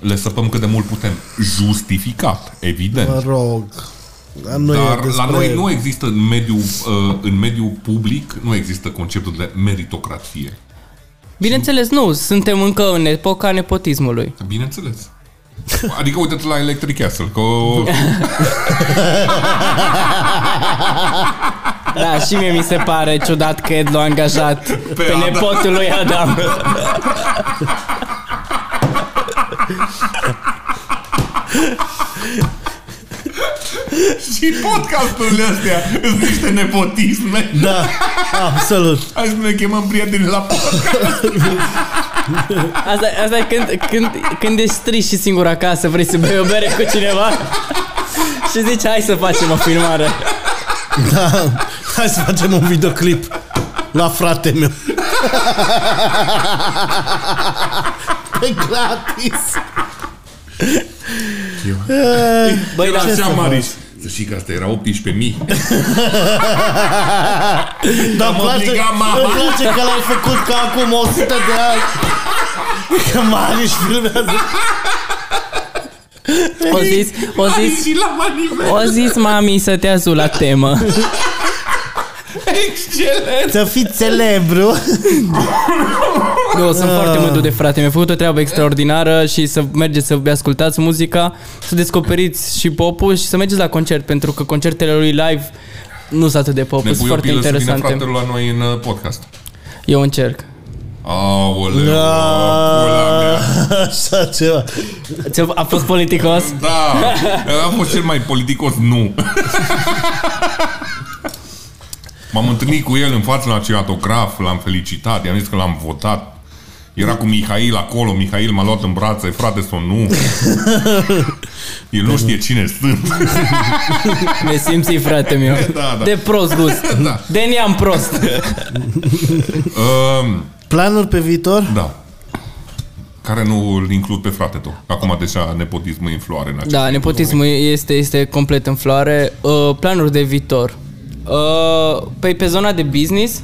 [SPEAKER 2] le săpăm cât de mult putem. Justificat, evident.
[SPEAKER 4] Mă rog. Dar, nu e
[SPEAKER 2] Dar
[SPEAKER 4] despre-
[SPEAKER 2] la noi nu există în mediul, uh, în mediul public, nu există conceptul de meritocrație.
[SPEAKER 3] Bineînțeles, nu. Suntem încă în epoca nepotismului.
[SPEAKER 2] Bineînțeles. Adică uite-te la Electric Castle, că
[SPEAKER 3] Da, și mie mi se pare ciudat că Ed l-a angajat pe, pe
[SPEAKER 2] Adam.
[SPEAKER 3] nepotul lui Adam.
[SPEAKER 2] și podcasturile astea sunt niște nepotisme.
[SPEAKER 4] Da, absolut.
[SPEAKER 2] Aș ne chemăm prietenii la podcast.
[SPEAKER 3] Asta, asta e când, când, când ești trist și singur acasă, vrei să bei o bere cu cineva și zici, hai să facem o filmare.
[SPEAKER 4] Da. Hai să facem un videoclip la frate meu. Pe gratis.
[SPEAKER 3] Băi,
[SPEAKER 2] Era
[SPEAKER 3] dar
[SPEAKER 2] așa,
[SPEAKER 4] să
[SPEAKER 2] Mariș. Să știi că asta era 18.000.
[SPEAKER 4] Dar
[SPEAKER 2] Am
[SPEAKER 4] îmi place,
[SPEAKER 2] obligat mama.
[SPEAKER 4] Da, îmi place că l-ai făcut ca acum 100 de ani. Că Marius filmează.
[SPEAKER 3] o zis, o zis,
[SPEAKER 2] și la manifest.
[SPEAKER 3] o zis mami să te azu la temă.
[SPEAKER 2] Excelent.
[SPEAKER 4] Să fii celebru.
[SPEAKER 3] Nu, sunt foarte mândru de frate. Mi-a făcut o treabă extraordinară și să mergeți să vă ascultați muzica, să descoperiți și popul și să mergeți la concert, pentru că concertele lui live nu sunt atât de pop,
[SPEAKER 2] Ne
[SPEAKER 3] sunt
[SPEAKER 2] pui o
[SPEAKER 3] foarte
[SPEAKER 2] pilă să vină
[SPEAKER 3] interesante.
[SPEAKER 2] fratele la noi în uh, podcast.
[SPEAKER 3] Eu încerc.
[SPEAKER 2] Aoleu,
[SPEAKER 4] Da.
[SPEAKER 2] pula mea.
[SPEAKER 4] Așa ceva.
[SPEAKER 3] Ți-a- A fost politicos?
[SPEAKER 2] Da, am fost cel mai politicos nu. M-am întâlnit cu el în fața la cinematograf, l-am felicitat, i-am zis că l-am votat. Era cu Mihail acolo, Mihail m-a luat în brațe, frate sau nu. El nu știe cine sunt.
[SPEAKER 3] Ne simți, frate meu.
[SPEAKER 2] Da, da.
[SPEAKER 3] De prost gust.
[SPEAKER 2] Da.
[SPEAKER 3] De neam prost.
[SPEAKER 2] Um,
[SPEAKER 4] Planuri pe viitor?
[SPEAKER 2] da. Care nu îl includ pe frate tău. Acum deja nepotismul e în floare. În acest
[SPEAKER 3] Da, nepotismul este, este complet în floare. Uh, planuri de viitor. Uh, păi pe zona de business...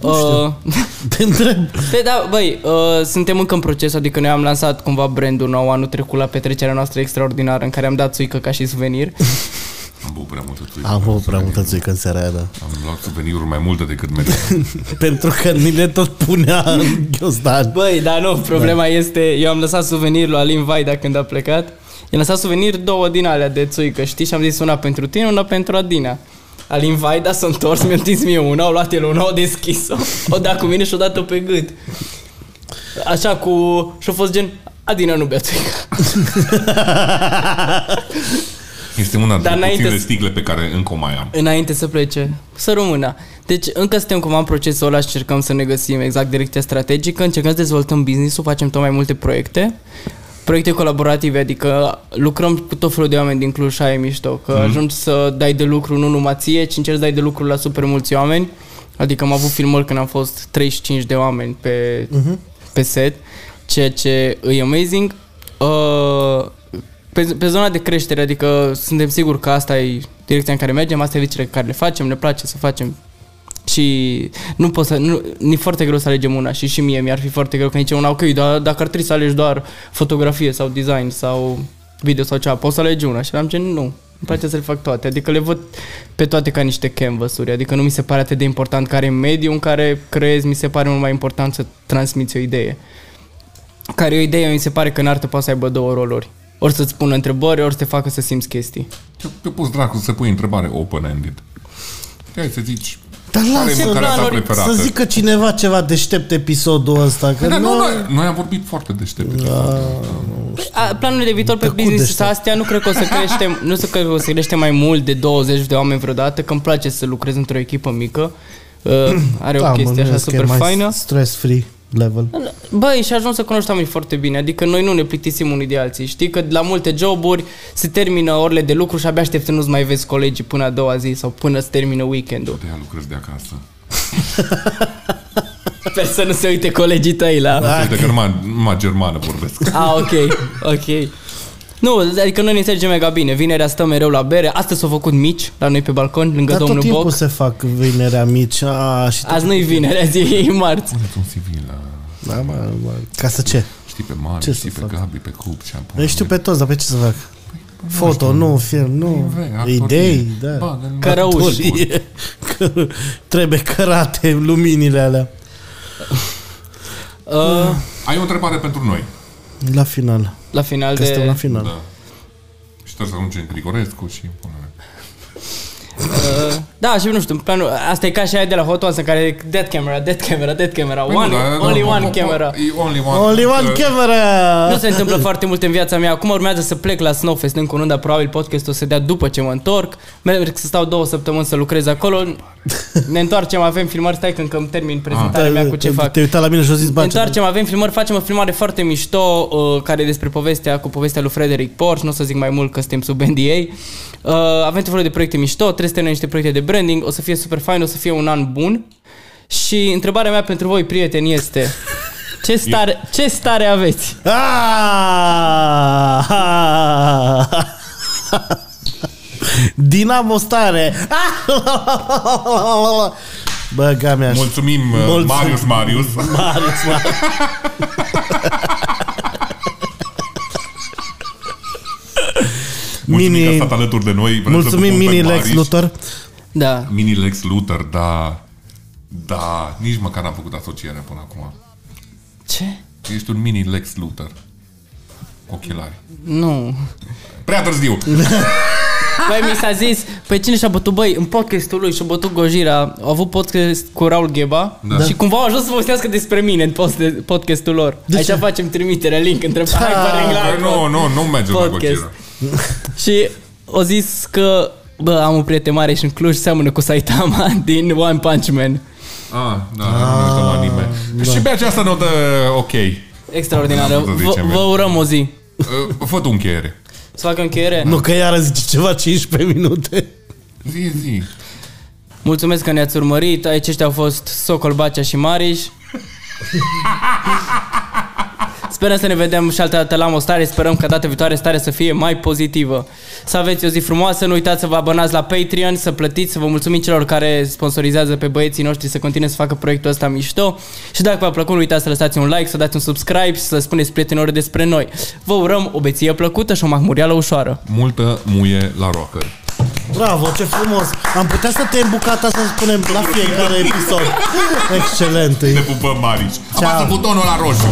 [SPEAKER 3] Uh,
[SPEAKER 4] Te întreb.
[SPEAKER 3] pe, da, băi, uh, suntem încă în proces, adică noi am lansat cumva brandul nou anul trecut la petrecerea noastră extraordinară în care am dat suică ca și suvenir. Da.
[SPEAKER 2] Am băut prea multă țuică.
[SPEAKER 4] Am avut prea multă țuică în seara aia, da.
[SPEAKER 2] Am luat suveniruri mai multe decât mereu.
[SPEAKER 4] Pentru că ni le tot punea în ghiozdan.
[SPEAKER 3] Băi, dar nu, problema este, eu am lăsat suvenir lui Alin Vaida când a plecat. I-am lăsat suvenir două din alea de țuică, știi? Și am zis una pentru tine, una pentru Adina. Alin Vaida s-a întors, mi-a întins mie una, au luat el una, au deschis-o, o dat cu mine și o dat-o pe gât. Așa cu... și-a fost gen, Adina nu bea țuică.
[SPEAKER 2] Este una
[SPEAKER 3] Dar
[SPEAKER 2] dintre
[SPEAKER 3] înainte
[SPEAKER 2] puținele
[SPEAKER 3] să-
[SPEAKER 2] sticle pe care încă o mai am.
[SPEAKER 3] Înainte să plece, să rămână. Deci încă suntem cumva în procesul ăla și cercăm să ne găsim exact direcția strategică, încercăm să dezvoltăm business-ul, facem tot mai multe proiecte, proiecte colaborative, adică lucrăm cu tot felul de oameni din Cluj și aia e mișto, că mm. ajungi să dai de lucru nu numai ție, ci încerci să dai de lucru la super mulți oameni, adică am avut filmări când am fost 35 de oameni pe, mm-hmm. pe set, ceea ce e amazing. Uh, pe, pe zona de creștere, adică suntem siguri că asta e direcția în care mergem, asta e vicele pe care le facem, ne place să facem. Și nu pot să, nu, mi-e foarte greu să alegem una și și mie mi-ar fi foarte greu că nici una, ok, dar dacă ar trebui să alegi doar fotografie sau design sau video sau ceva, poți să alegi una și am gen, nu, îmi place să le fac toate, adică le văd pe toate ca niște canvas-uri, adică nu mi se pare atât de important care e mediul în care creezi, mi se pare mult mai important să transmiți o idee care e o idee, mi se pare că în artă poate să aibă două roluri. Ori să-ți pună întrebări, ori să te facă să simți chestii.
[SPEAKER 2] Te- Te poți dracu să pui întrebare open-ended. Hai să zici
[SPEAKER 4] Dar
[SPEAKER 2] care e
[SPEAKER 4] lasă
[SPEAKER 2] mâncarea ta
[SPEAKER 3] planuri,
[SPEAKER 2] preferată.
[SPEAKER 4] să zică cineva ceva deștept episodul ăsta. Că
[SPEAKER 2] Păi, dar nu,
[SPEAKER 4] nu,
[SPEAKER 2] noi, noi am vorbit foarte deștept. Da.
[SPEAKER 3] A, planurile de viitor pe
[SPEAKER 4] Tăcut
[SPEAKER 3] business
[SPEAKER 4] deștept.
[SPEAKER 3] astea nu cred că o să creștem, nu să cred că o să creștem mai mult de 20 de oameni vreodată, că îmi place să lucrez într-o echipă mică. Uh, are o
[SPEAKER 4] Da, mă,
[SPEAKER 3] chestie așa
[SPEAKER 4] gândesc că e
[SPEAKER 3] super
[SPEAKER 4] mai
[SPEAKER 3] faină.
[SPEAKER 4] Stress-free level.
[SPEAKER 3] Băi, și ajung să cunoști oamenii foarte bine, adică noi nu ne plictisim unii de alții. Știi că la multe joburi se termină orele de lucru și abia aștept să nu-ți mai vezi colegii până a doua zi sau până se termină weekendul.
[SPEAKER 2] De aia lucrez de acasă.
[SPEAKER 3] Sper să nu se uite colegii tăi
[SPEAKER 4] Da.
[SPEAKER 3] la...
[SPEAKER 4] Ah,
[SPEAKER 2] Uite că numai, numai germană vorbesc.
[SPEAKER 3] Ah, ok, ok. Nu, adică noi ne înțelegem mega bine. Vinerea stăm mereu la bere. Astăzi s-au făcut mici la noi pe balcon, lângă
[SPEAKER 4] Dar tot
[SPEAKER 3] domnul
[SPEAKER 4] timpul
[SPEAKER 3] Boc.
[SPEAKER 4] se fac vinerea mici. A, și
[SPEAKER 3] Azi nu-i vinerea, zi e marți.
[SPEAKER 2] Puneți un CV la...
[SPEAKER 4] da, mă, mă. Ca să ce?
[SPEAKER 2] Știi pe Mari,
[SPEAKER 4] Ce
[SPEAKER 2] știi
[SPEAKER 4] să
[SPEAKER 2] pe
[SPEAKER 4] fac? Păi
[SPEAKER 2] Gabi, pe Cup, ce am
[SPEAKER 4] Eu știu pe toți, dar pe ce să fac? Foto, nu, film, nu.
[SPEAKER 3] Păi,
[SPEAKER 4] Idei, da.
[SPEAKER 3] Cărăuș.
[SPEAKER 4] Actorie. Că- Trebuie cărate luminile alea.
[SPEAKER 3] Uh,
[SPEAKER 2] Ai o întrebare pentru noi.
[SPEAKER 4] La final.
[SPEAKER 3] la final
[SPEAKER 4] Că suntem la
[SPEAKER 3] de...
[SPEAKER 4] final.
[SPEAKER 2] Da. Și trebuie să ajungem Grigorescu și... până la-
[SPEAKER 3] Uh, da, și nu știu, în planul... Asta e ca și aia de la Hot Ones în care e dead camera, dead camera, dead camera.
[SPEAKER 2] Păi nu,
[SPEAKER 3] One,
[SPEAKER 2] dar-
[SPEAKER 3] only
[SPEAKER 2] nu,
[SPEAKER 3] one
[SPEAKER 2] nu,
[SPEAKER 3] camera.
[SPEAKER 2] e Only one,
[SPEAKER 4] Only one
[SPEAKER 2] Uh,
[SPEAKER 3] Nu
[SPEAKER 4] camera!
[SPEAKER 3] se întâmplă foarte mult în viața mea. Acum urmează să plec la Snowfest încă unul, dar probabil podcastul o să dea după ce mă întorc. Merg să stau două săptămâni să lucrez acolo. Ne întoarcem, avem filmări. Stai că încă îmi termin prezentarea mea cu ce
[SPEAKER 4] Ah. Te-
[SPEAKER 3] fac.
[SPEAKER 4] Te uita la mine și o zis,
[SPEAKER 3] Ne
[SPEAKER 4] bă, ce-
[SPEAKER 3] întoarcem, avem filmări, facem o filmare foarte mișto uh, care e despre povestea cu povestea lui Frederick Porsche, nu o să zic mai mult că suntem sub NDA. Uh, avem tot felul de proiecte mișto, trebuie să terminăm niște proiecte de branding, o să fie super fain, o să fie un an bun. Și întrebarea mea pentru voi, prieteni, este ce stare, ce stare aveți?
[SPEAKER 4] Ah! Ah! Dinamo stare! Ah! Bă, Ah, gamea așa.
[SPEAKER 2] Mulțumim, Mulțumim,
[SPEAKER 4] Mulțumim.
[SPEAKER 2] Marius Marius.
[SPEAKER 4] Marius, Marius.
[SPEAKER 2] Mulțumim că a
[SPEAKER 4] Mini,
[SPEAKER 2] stat alături de noi. Vrem să
[SPEAKER 4] mulțumim
[SPEAKER 2] pupăm pe
[SPEAKER 4] mini Lex
[SPEAKER 2] Marius.
[SPEAKER 4] Luthor.
[SPEAKER 3] Da.
[SPEAKER 2] Mini Lex Luthor, da. Da, nici măcar n-am făcut asocierea până acum.
[SPEAKER 3] Ce?
[SPEAKER 2] Ești un mini Lex Luthor. Ochelari.
[SPEAKER 3] Nu.
[SPEAKER 2] Prea târziu!
[SPEAKER 4] Da.
[SPEAKER 3] Păi mi s-a zis, pe cine și-a bătut, băi, în podcastul lui și-a bătut Gojira, a avut podcast cu Raul Gheba
[SPEAKER 2] Da.
[SPEAKER 3] și cumva au ajuns să povestească despre mine în post- podcastul lor. De Da. Aici facem trimitere, link, între
[SPEAKER 2] Da,
[SPEAKER 3] hai, pare,
[SPEAKER 2] Dar
[SPEAKER 3] la-
[SPEAKER 2] nu, nu, nu mergem la
[SPEAKER 3] Podcast.
[SPEAKER 2] Gojira.
[SPEAKER 3] Și o zis că Bă, am un prieten mare și în Cluj, seamănă cu Saitama din One Punch Man.
[SPEAKER 2] Ah, da, nu uităm anime.
[SPEAKER 4] Da.
[SPEAKER 2] Și pe această notă, ok.
[SPEAKER 3] Extraordinară.
[SPEAKER 2] Să zicem.
[SPEAKER 3] Vă, vă urăm o zi.
[SPEAKER 2] Uh, Fă tu încheiere.
[SPEAKER 3] Să facă încheiere?
[SPEAKER 4] Nu, că iară zice ceva 15 minute.
[SPEAKER 2] Zi, zi.
[SPEAKER 3] Mulțumesc că ne-ați urmărit. Aici ăștia au fost Socol, Bacea și Mariș. Sperăm să ne vedem și altă dată la Mostare. Sperăm că data viitoare starea să fie mai pozitivă. Să aveți o zi frumoasă. Nu uitați să vă abonați la Patreon, să plătiți, să vă mulțumim celor care sponsorizează pe băieții noștri să continue să facă proiectul ăsta mișto. Și dacă v-a plăcut, nu uitați să lăsați un like, să dați un subscribe, să spuneți prietenilor despre noi. Vă urăm o beție plăcută și o mahmurială ușoară.
[SPEAKER 2] Multă muie la rocker.
[SPEAKER 4] Bravo, ce frumos! Am putea să te bucata să spunem la fiecare episod. Excelent!
[SPEAKER 2] Te
[SPEAKER 4] e.
[SPEAKER 2] pupăm, Marici.
[SPEAKER 4] Ceau.
[SPEAKER 2] Apasă butonul la roșu.